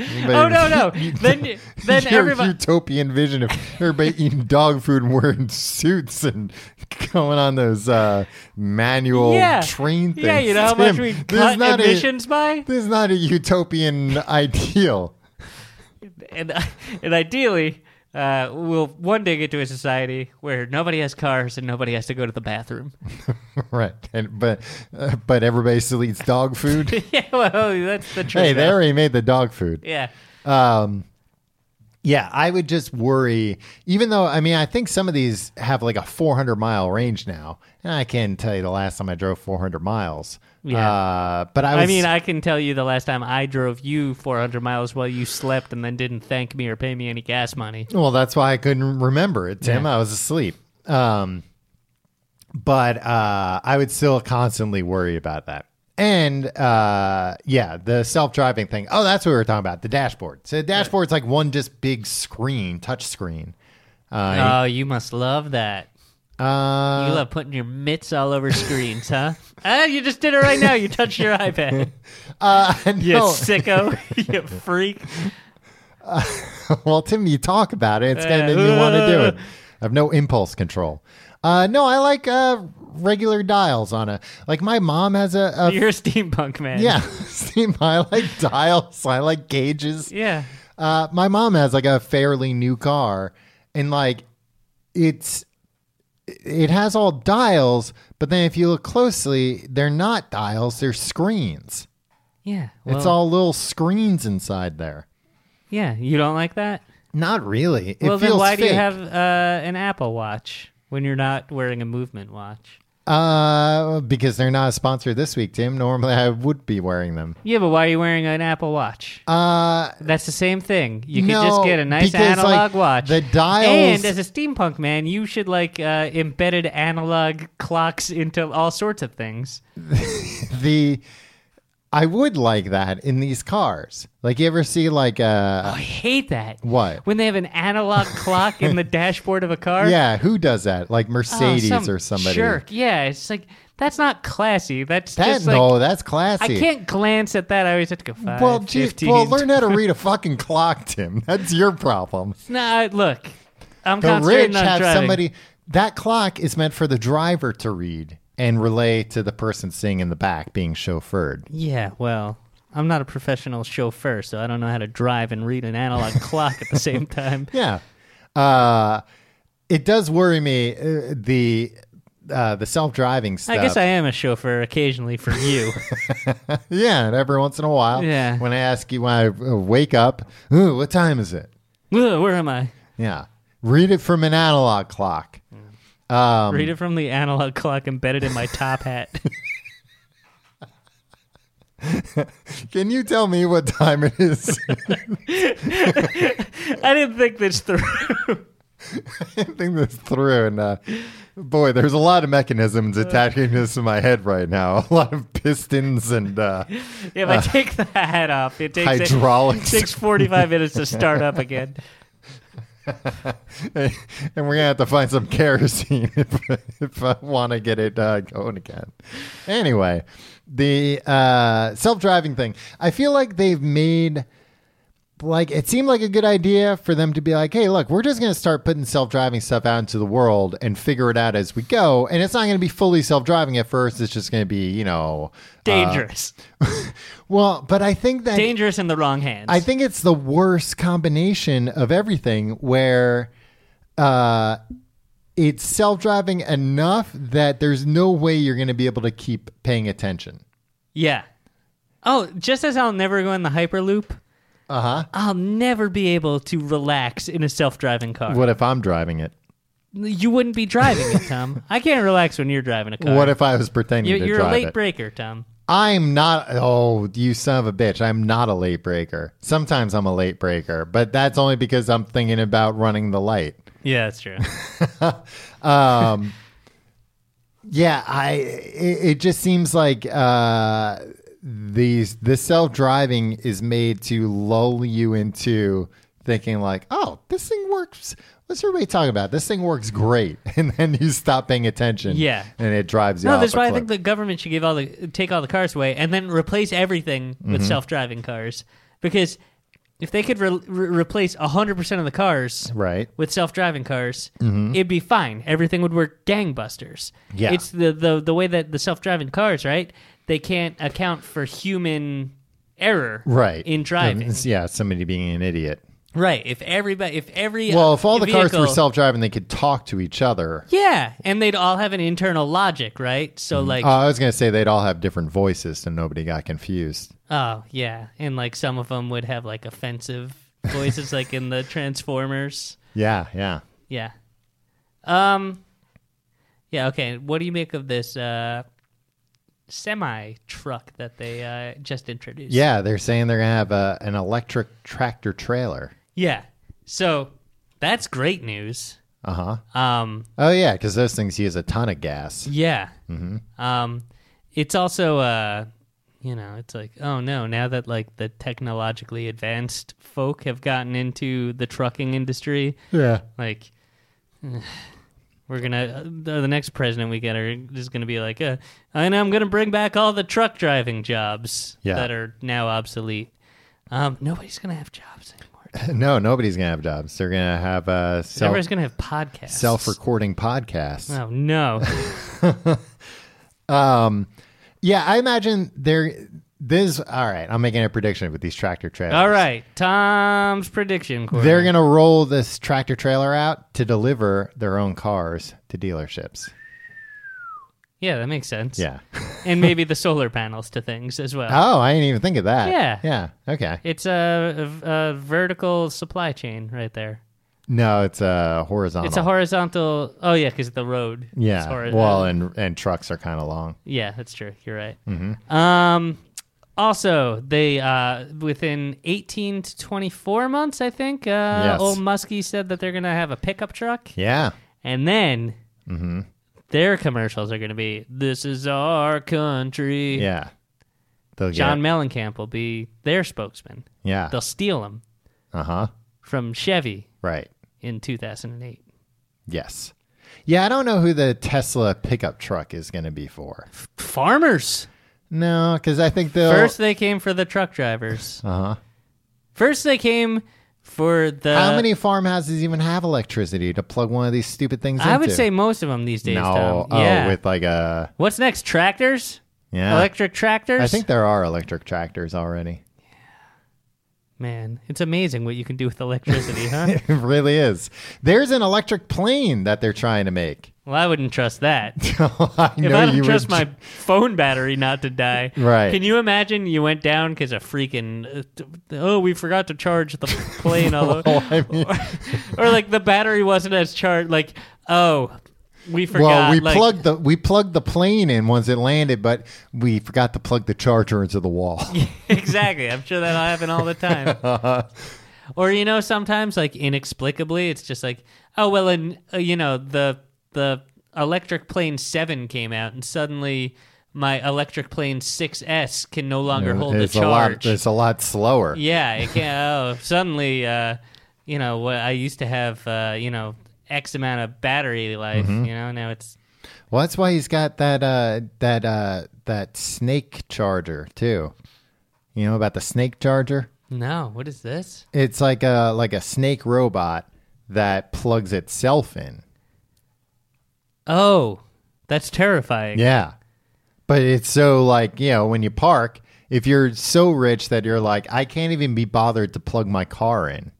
Oh, no, no. then you- then your everybody. utopian vision of everybody eating dog food and wearing suits and going on those uh, manual Yeah. train things. Yeah, you know how Tim, much we this is cut not emissions A, by? this is not a utopian ideal. and uh, and ideally, uh, we'll one day get to a society where nobody has cars and nobody has to go to the bathroom. Right, and, but uh, but everybody still eats dog food. yeah, well, that's the truth. hey, they already made the dog food. Yeah. Yeah, I would just worry, even though, I mean, I think some of these have like a 400 mile range now. And I can tell you the last time I drove 400 miles. Yeah. Uh, but I was. I mean, I can tell you the last time I drove you 400 miles while you slept and then didn't thank me or pay me any gas money. Well, that's why I couldn't remember it, Tim. I was asleep. Um, but uh, I would still constantly worry about that. And uh, yeah, the self driving thing. Oh, that's what we were talking about. The dashboard. So the dashboard's like one just big screen, touch screen. Oh, you must love that. Uh, You love putting your mitts all over screens, huh? ah, you just did it right now. You touched your iPad. uh, You no. sicko. you freak. well, Tim, you talk about it. It's gonna make me want to do it. I have no impulse control. Uh, no, I like uh, regular dials on a like. My mom has a, a You're a steampunk man. yeah. Steam. I like dials. I like gauges. Yeah. Uh, my mom has like a fairly new car, and like it's it has all dials, but then if you look closely, they're not dials. They're screens. Yeah. it's well, all little screens inside there. Yeah. You don't like that? Not really. It well, feels then why do you fake. have uh, an Apple Watch when you're not wearing a movement watch? Uh, because they're not a sponsor this week, Tim. Normally, I would be wearing them. Yeah, but why are you wearing an Apple Watch? Uh, That's the same thing. You no, could just get a nice because, like, analog watch. The dials. and as a steampunk man, you should like uh, embedded analog clocks into all sorts of things. the I would like that in these cars. Like you ever see like uh I hate that. What? When they have an analog clock in the dashboard of a car? yeah, who does that? Like Oh, Mercedes some or somebody. Jerk. Yeah, it's like that's not classy. That's That just like no, that's classy. I can't glance at that. I always have to go five. well, gee, 15, well, learn how to read a fucking clock, Tim. That's your problem. Nah, look, I'm The concentrating rich on have driving. somebody. That clock is meant for the driver to read and relay to the person sitting in the back being chauffeured. Yeah, well, I'm not a professional chauffeur, so I don't know how to drive and read an analog clock at the same time. Yeah. Uh, it does worry me uh, the uh, the self driving stuff. I guess I am a chauffeur occasionally for you. yeah, and every once in a while, Yeah. When I ask you when I uh, wake up, ooh, what time is it? Ugh, Where am I? Yeah, read it from an analog clock. Um, Read it from the analog clock embedded in my top hat. can you tell me what time it is? I didn't think this through. I think this through, and uh, boy, there's a lot of mechanisms attaching this to my head right now. A lot of pistons and uh, If I take the hat off, it takes it- Hydraulics. Uh, takes 45 minutes to start up again. and we're gonna have to find some kerosene if, if I want to get it uh, going again. Anyway, the uh, self-driving thing. I feel like they've made like it seemed like a good idea for them to be like, hey, look, we're just gonna start putting self-driving stuff out into the world and figure it out as we go. And it's not gonna be fully self-driving at first. It's just gonna be you know Dangerous. well, but I think that Dangerous in the wrong hands. I think it's the worst combination of everything where uh, it's self driving enough that there's no way you're going to be able to keep paying attention. Yeah. Oh, just as I'll never go in the Hyperloop, Uh-huh. uh huh. I'll never be able to relax in a self-driving car. What if I'm driving it? You wouldn't be driving it, Tom. I can't relax when you're driving a car. What if I was pretending you, to you're a drive late it? breaker, Tom? I'm not. Oh, you son of a bitch! I'm not a late breaker. Sometimes I'm a late breaker, but that's only because I'm thinking about running the light. Yeah, that's true. Yeah, I it, it just seems like uh these the self driving is made to lull you into thinking like, oh, this thing works. What's everybody talking about? This thing works great, and then you stop paying attention. Yeah. and it drives you. no, off that's a why I cliff. think the government should give all the take all the cars away and then replace everything Mm-hmm. with self-driving cars because if they could re- re- replace 100% of the cars right. Mm-hmm. with self-driving cars, it'd be fine. Everything would work gangbusters. Yeah. it's the, the the way that the self-driving cars, right? They can't account for human error, Right in driving. Um, yeah, somebody being an idiot. Right. If everybody, if every Well, uh, if all the cars were vehicle- self-driving, they could talk to each other. yeah, and they'd all have an internal logic, right? So like, Uh, I was going to say they'd all have different voices, so nobody got confused. oh yeah, and like some of them would have like offensive voices, like in the Transformers. Yeah, yeah. Yeah. Um Yeah, okay. What do you make of this uh semi truck that they uh just introduced? Yeah, they're saying they're gonna have a, an electric tractor trailer. Yeah. So that's great news. Uh huh. Um Oh yeah, Mm-hmm. because those things use a ton of gas. yeah. Um it's also uh you know, it's like, oh no, now that like the technologically advanced folk have gotten into the trucking industry, Yeah. like we're gonna uh, the, the next president we get are is gonna be like, uh, and I'm gonna bring back all the truck driving jobs Yeah. that are now obsolete. Um, nobody's gonna have jobs anymore. No, nobody's gonna have jobs. They're gonna have uh, self Everybody's gonna have podcasts. self-recording podcasts. Oh no! Yeah, I imagine there. This all right. I'm making a prediction with these tractor trailers. all right, Tom's prediction. Corner. They're gonna roll this tractor trailer out to deliver their own cars to dealerships. yeah, that makes sense. Yeah. and maybe the solar panels to things as well. Oh, I didn't even think of that. Yeah. Yeah. Okay. It's a, a, a vertical supply chain right there. No, it's a horizontal. It's a horizontal. Oh yeah, because the road. Yeah. Is hori- well, and and trucks are kind of long. yeah, that's true. You're right. Mm-hmm. Um, also, they uh, within 18 to 24 months, I think. Uh, Yes. Old Muskie said that they're gonna have a pickup truck, Yeah. and then Mm-hmm. their commercials are gonna be "This is our country." Yeah. They'll John Get, Mellencamp will be their spokesman. yeah. They'll steal him Uh huh. from Chevy Right. in 2008. Yes. Yeah, I don't know who the Tesla pickup truck is going to be for. Farmers. No, because I think they'll. Uh-huh. First, they came for the truck drivers. Uh huh. First, they came for the. how many farmhouses even have electricity to plug one of these stupid things I would into? say most of them these days. no. Tom. Yeah. Oh, with like a What's next? Tractors? yeah. Electric tractors? I think there are electric tractors already. Man, it's amazing what you can do with electricity, huh? It really is. There's an electric plane that they're trying to make. Oh, Well, I wouldn't trust that. If I know I you don't would trust ju- my phone battery not to die, Right. Can you imagine you went down because a freaking uh, t- oh we forgot to charge the plane all over. I mean- or like the battery wasn't as charged. Like, oh, we forgot. Well, we like, plugged the we plugged the plane in once it landed, but we forgot to plug the charger into the wall. exactly. I'm sure that'll happen all the time. or you know, sometimes like inexplicably, it's just like, oh well, and uh, you know the the electric plane seven came out, and suddenly my electric plane 6S can no longer hold the it's a lot. charge. It's a lot slower. yeah, it can. oh, suddenly, uh, you know, what I used to have, uh, you know, X amount of battery life. Mm-hmm. You know, now it's Well, that's why he's got that uh, that uh, that snake charger too. You know about the snake charger? no. What is this? It's like a like a snake robot that plugs itself in. Oh, that's terrifying. Yeah. But it's so like, you know, when you park, if you're so rich that you're like, I can't even be bothered to plug my car in,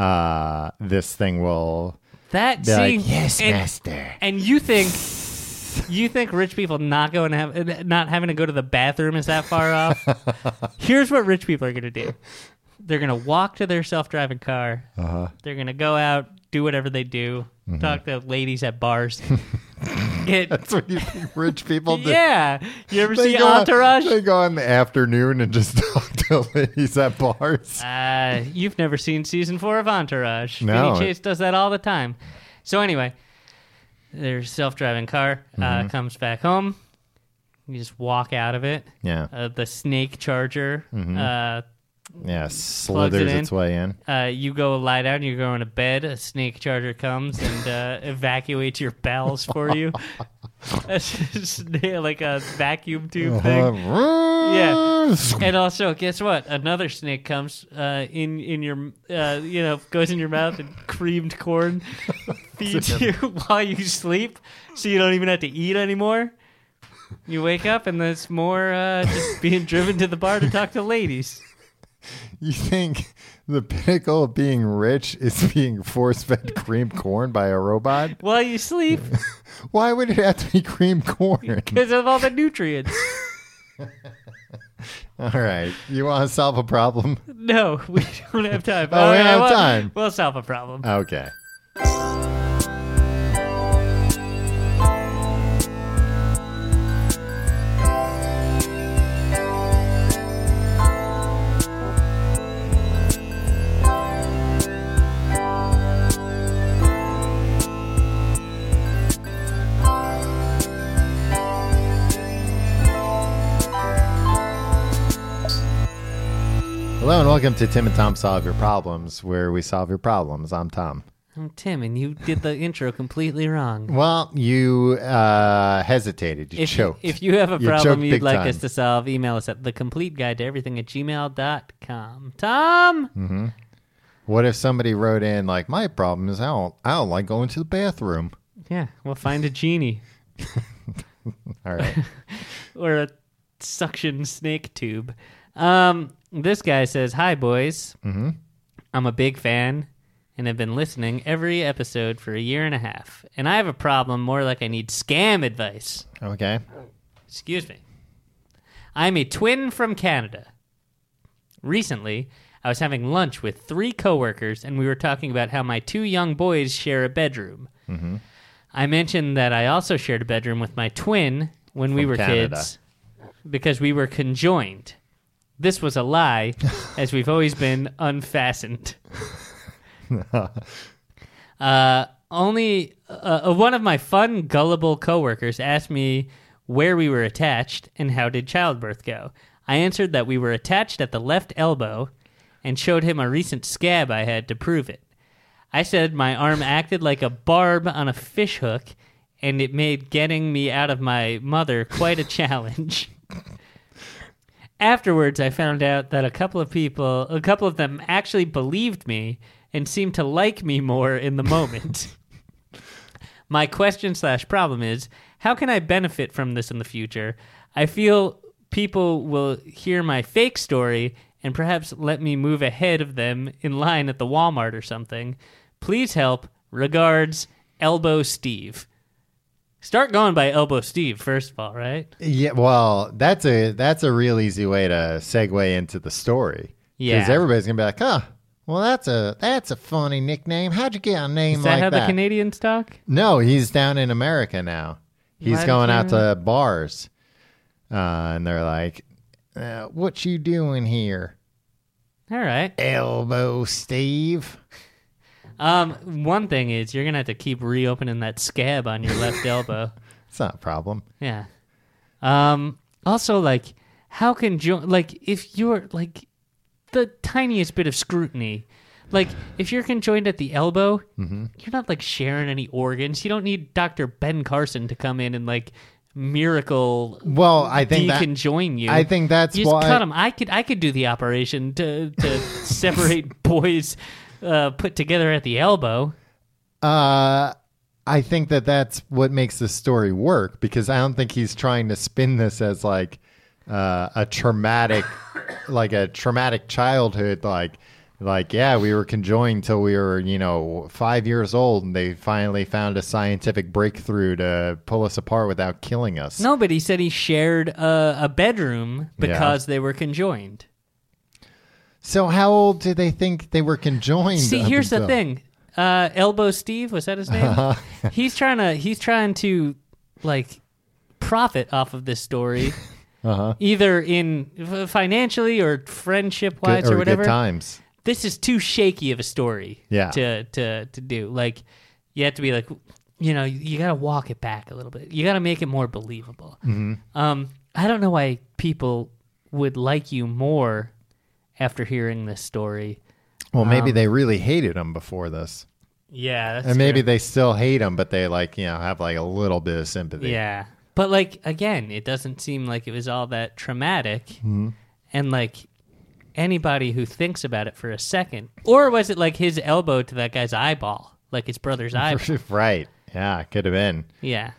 uh, this thing will That be see, like, yes, and- master. And you think you think rich people not going to have not having to go to the bathroom is that far off? Here's what rich people are going to do. They're going to walk to their self-driving car. Uh-huh. They're going to go out, do whatever they do, talk to ladies at bars. It- Mm-hmm. That's what you think rich people do. yeah. You ever see go on- Entourage? they go in the afternoon and just talk to ladies at bars. Uh, you've never seen season four of Entourage. No. Vinny Chase does that all the time. So anyway, their self-driving car uh, Mm-hmm. comes back home. You just walk out of it. Yeah. Mm-hmm. Uh, the snake charger. Uh, Yeah, slithers in. its way in. uh, you go lie down. You go into bed. A snake charger comes and uh, evacuates your bowels for you. That's just like a vacuum tube Uh-huh. thing. Uh, Yeah. And also, guess what? Another snake comes uh, in in your uh, you know goes in your mouth and creamed corn feeds you while you sleep, so you don't even have to eat anymore. You wake up and there's more uh, just being driven to the bar to talk to ladies. You think the pinnacle of being rich is being force fed cream corn by a robot? While you sleep, Why would it have to be cream corn? because of all the nutrients. All right. You want to solve a problem? No, we don't have time. Oh, we don't All right, have well, time. We'll solve a problem. Okay. welcome to Tim and Tom Solve Your Problems, where we solve your problems. I'm Tom. I'm Tim, and you did the intro completely wrong. Well, you uh, hesitated. You If, choked. if you have a You problem choked you'd big like time. us to solve, email us at thecompleteguidetoeverything at gmail.com. Tom! what if somebody wrote in like, "My problem is I don't, I don't like going to the bathroom." Yeah, we'll find a genie All right. or a suction snake tube. Um, this guy says, Hi, boys. Mm-hmm. I'm a big fan and have been listening every episode for a year and a half. And I have a problem more like I need scam advice. okay. Excuse me. I'm a twin from Canada. Recently, I was having lunch with three coworkers, and we were talking about how my two young boys share a bedroom. Mm-hmm. I mentioned that I also shared a bedroom with my twin when we From were Canada. kids because we were conjoined. This was a lie, as we've always been unfastened. Uh, only uh, uh, one of my fun, gullible coworkers asked me where we were attached and how did childbirth go. I answered that we were attached at the left elbow and showed him a recent scab I had to prove it. I said my arm acted like a barb on a fish hook and it made getting me out of my mother quite a challenge. Afterwards, I found out that a couple of people, a couple of them actually believed me and seemed to like me more in the moment. My question slash problem is how can I benefit from this in the future? I feel people will hear my fake story and perhaps let me move ahead of them in line at the Walmart or something. Please help. Regards, Elbow Steve. Start going by Elbow Steve, first of all, right? Yeah. Well, that's a that's a real easy way to segue into the story. Yeah. Because everybody's gonna be like, "Huh." Well, that's a that's a funny nickname. How'd you get a name Is that like how the that? Canadians talk? No, he's down in America now. He's Why going did out to bars, uh, and they're like, uh, "What you doing here, All right. elbow Steve?" Um, one thing is you're gonna have to keep reopening that scab on your left elbow. It's not a problem. Yeah. Um. Also, like, how can jo- like if you're like the tiniest bit of scrutiny, like if you're conjoined at the elbow, Mm-hmm. you're not like sharing any organs. You don't need Doctor Ben Carson to come in and like miracle Well, I think that deconjoin you. I think that's you just why- cut 'em. I could I could do the operation to to separate boys uh, put together at the elbow. uh, I think that that's what makes this story work because I don't think he's trying to spin this as like uh, a traumatic, like a traumatic childhood, like. Like yeah, we were conjoined till we were you know five years old, and they finally found a scientific breakthrough to pull us apart without killing us. No, but he said he shared a, a bedroom because they were conjoined. So how old do they think they were conjoined? See, up here's the until- Uh-huh. thing. Uh, Elbow Steve was that his name? he's trying to he's trying to like profit off of this story, Uh-huh. either in f- financially or friendship Good, wise or, or whatever. good times. This is too shaky of a story. Yeah. To to to do like you have to be like you know you, you got to walk it back a little bit. You got to make it more believable. Mm-hmm. Um, I don't know why people would like you more after hearing this story. Well, maybe Um, they really hated him before this, Yeah, that's and maybe they still hate him, but they like you know have like a little bit of sympathy. Yeah. But like again, it doesn't seem like it was all that traumatic. Mm-hmm. And like anybody who thinks about it for a second, or was it like his elbow to that guy's eyeball, like his brother's eyeball? right. Yeah, could have been. yeah.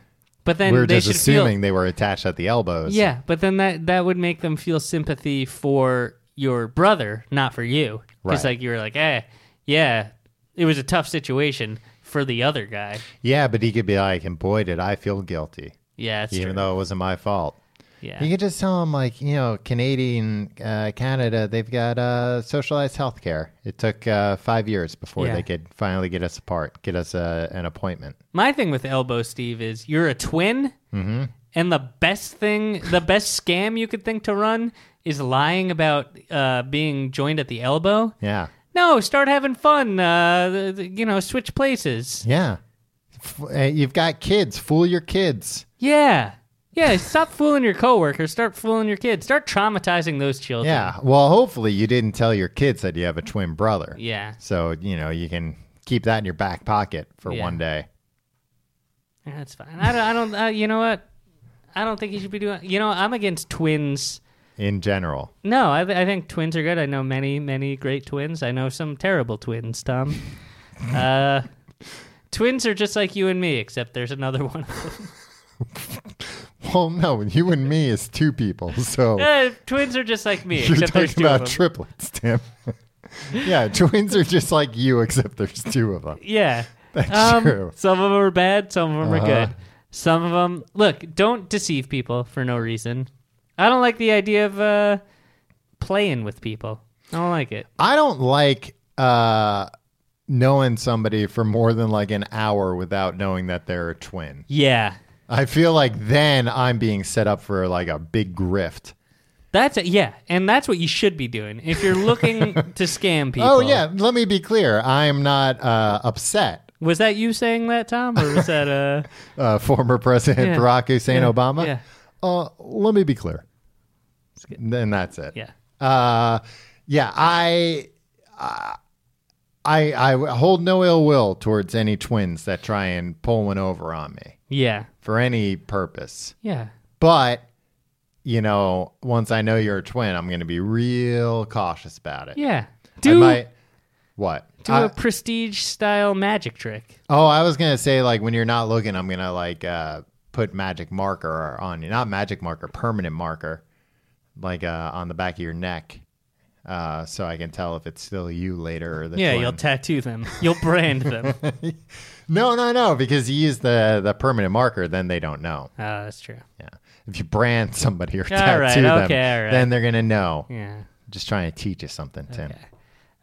But then we were they just should assuming feel they were attached at the elbows. Yeah, but then that that would make them feel sympathy for your brother, not for you. Right. Cuz like you were like, "Eh, yeah, it was a tough situation for the other guy." Yeah, but he could be like, and boy, did I feel guilty, Yeah, that's even true. though it wasn't my fault. yeah. You could just tell him like, you know, Canadian uh, Canada, they've got uh, socialized health care. It took uh, five years before Yeah. they could finally get us apart, get us uh, an appointment. My thing with Elbow Steve is you're a twin, Mm-hmm. and the best thing, the best scam you could think to run is lying about uh, being joined at the elbow. Yeah. No, start having fun. Uh, th- th- you know, switch places. Yeah. F- uh, you've got kids. Fool your kids. Yeah. Yeah, stop fooling your coworkers. Start fooling your kids. Start traumatizing those children. Yeah. Well, hopefully you didn't tell your kids that you have a twin brother. Yeah. So, you know, you can keep that in your back pocket for Yeah. one day. Yeah, That's fine. I don't. I don't uh, you know what? I don't think you should be doing. You know, I'm against twins. In general. No, I, I think twins are good. I know many, many great twins. I know some terrible twins, Tom. uh, twins are just like you and me, except there's another one. Well, no, you and me is two people. So Uh, twins are just like me, you're except there's talking two of about them. triplets, Tim. yeah, twins are just like you, except there's two of them. yeah. That's Um, true. Some of them are bad. Some of them Uh-huh. are good. Some of them, look, don't deceive people for no reason. I don't like the idea of uh, playing with people. I don't like it. I don't like uh, knowing somebody for more than like an hour without knowing that they're a twin. Yeah, I feel like then I'm being set up for like a big grift. that's it. Yeah, and that's what you should be doing if you're looking to scam people. Oh yeah, let me be clear. I'm not uh, upset. Was that you saying that, Tom, or was that uh? Uh, former President Yeah. Barack Hussein Yeah. Obama. Yeah. Uh, let me be clear. Then that's it. Yeah. Uh, yeah. I, I, I I hold no ill will towards any twins that try and pull one over on me Yeah. for any purpose. Yeah. But you know, once I know you're a twin, I'm going to be real cautious about it. Yeah. I Do might. What? do I- a prestige style magic trick. Oh, I was gonna say like when you're not looking, I'm gonna like uh, put magic marker on you, not magic marker, permanent marker, like uh, on the back of your neck, uh, so I can tell if it's still you later. Or the Yeah, twin. you'll tattoo them. You'll brand them. Oh, no, no, no, because you use the the permanent marker, then they don't know. that's true. Yeah, if you brand somebody or All tattoo right, them, okay, all right. then they're gonna know. Yeah. Just trying to teach you something, Tim.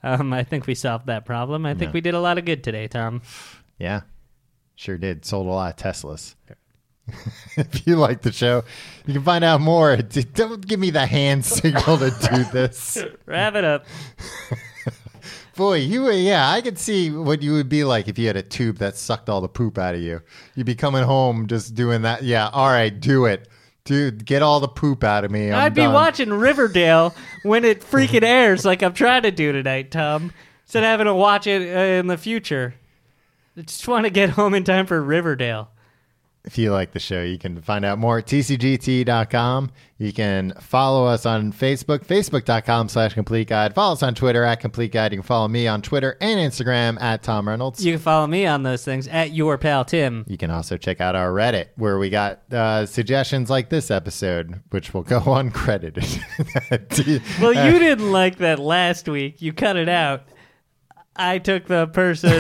Um, I think we solved that problem. I think we did a lot of good today, Tom. Yeah. Sure did. Sold a lot of Teslas. if you like the show, you can find out more. D- Don't give me the hand signal to do this. Wrap it up. Boy, you were- yeah, I could see what you would be like if you had a tube that sucked all the poop out of you. You'd be coming home just doing that. Yeah, all right, do it. Dude, get all the poop out of me. i I'd be watching Riverdale when it freaking airs, like I'm trying to do tonight, Tom. Instead of having to watch it uh, in the future, I just want to get home in time for Riverdale. If you like the show, you can find out more at tcgt.com. You can follow us on Facebook, facebook.com slash complete guide. Follow us on Twitter at complete guide. You can follow me on Twitter and Instagram at Tom Reynolds. You can follow me on those things at your pal Tim. You can also check out our Reddit where we got uh, suggestions like this episode, which will go uncredited. Well, you didn't like that last week. You cut it out. I took the person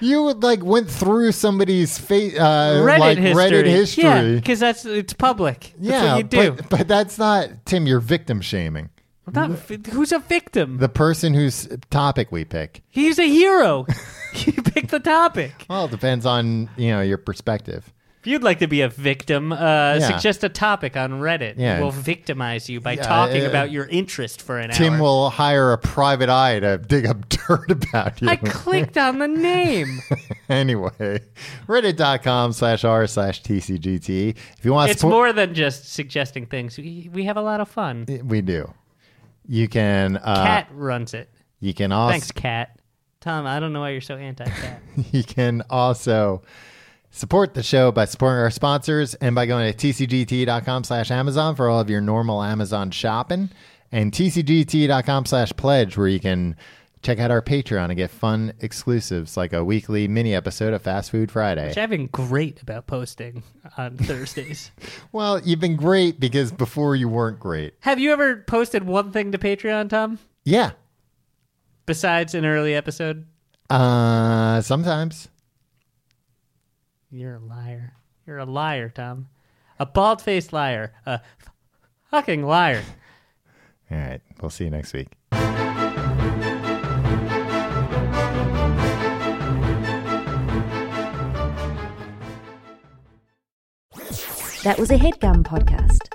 you like went through somebody's face, uh, Reddit like history. Reddit history. Yeah, because that's it's public. Yeah, that's what you do. But, but that's not Tim. You're victim shaming I'm not vi- who's a victim? the person whose topic we pick. He's a hero. you picked the topic. Well, it depends on you know your perspective. If you'd like to be a victim, uh, suggest a topic on Reddit. Yeah. We'll victimize you by Yeah, talking uh, about your interest for an Tim hour. will hire a private eye to dig up dirt about you. I clicked on the name. anyway, reddit.com slash r slash tcgt. E. If you want to it's support, more than just suggesting things. We, we have a lot of fun. we do. You can uh, Cat runs it. you can also Thanks, Cat. Tom, I don't know why you're so anti-cat. you can also support the show by supporting our sponsors and by going to tcgt.com slash amazon for all of your normal amazon shopping and tcgt.com slash pledge where you can check out our patreon and get fun exclusives like a weekly mini episode of fast food friday Which I've been great about posting on Thursdays. well you've been great because before you weren't great have you ever posted one thing to Patreon, Tom? yeah Besides an early episode? uh sometimes You're a liar. You're a liar, Tom. A bald faced liar. A f- fucking liar. all right we'll see you next week That was a headgum podcast.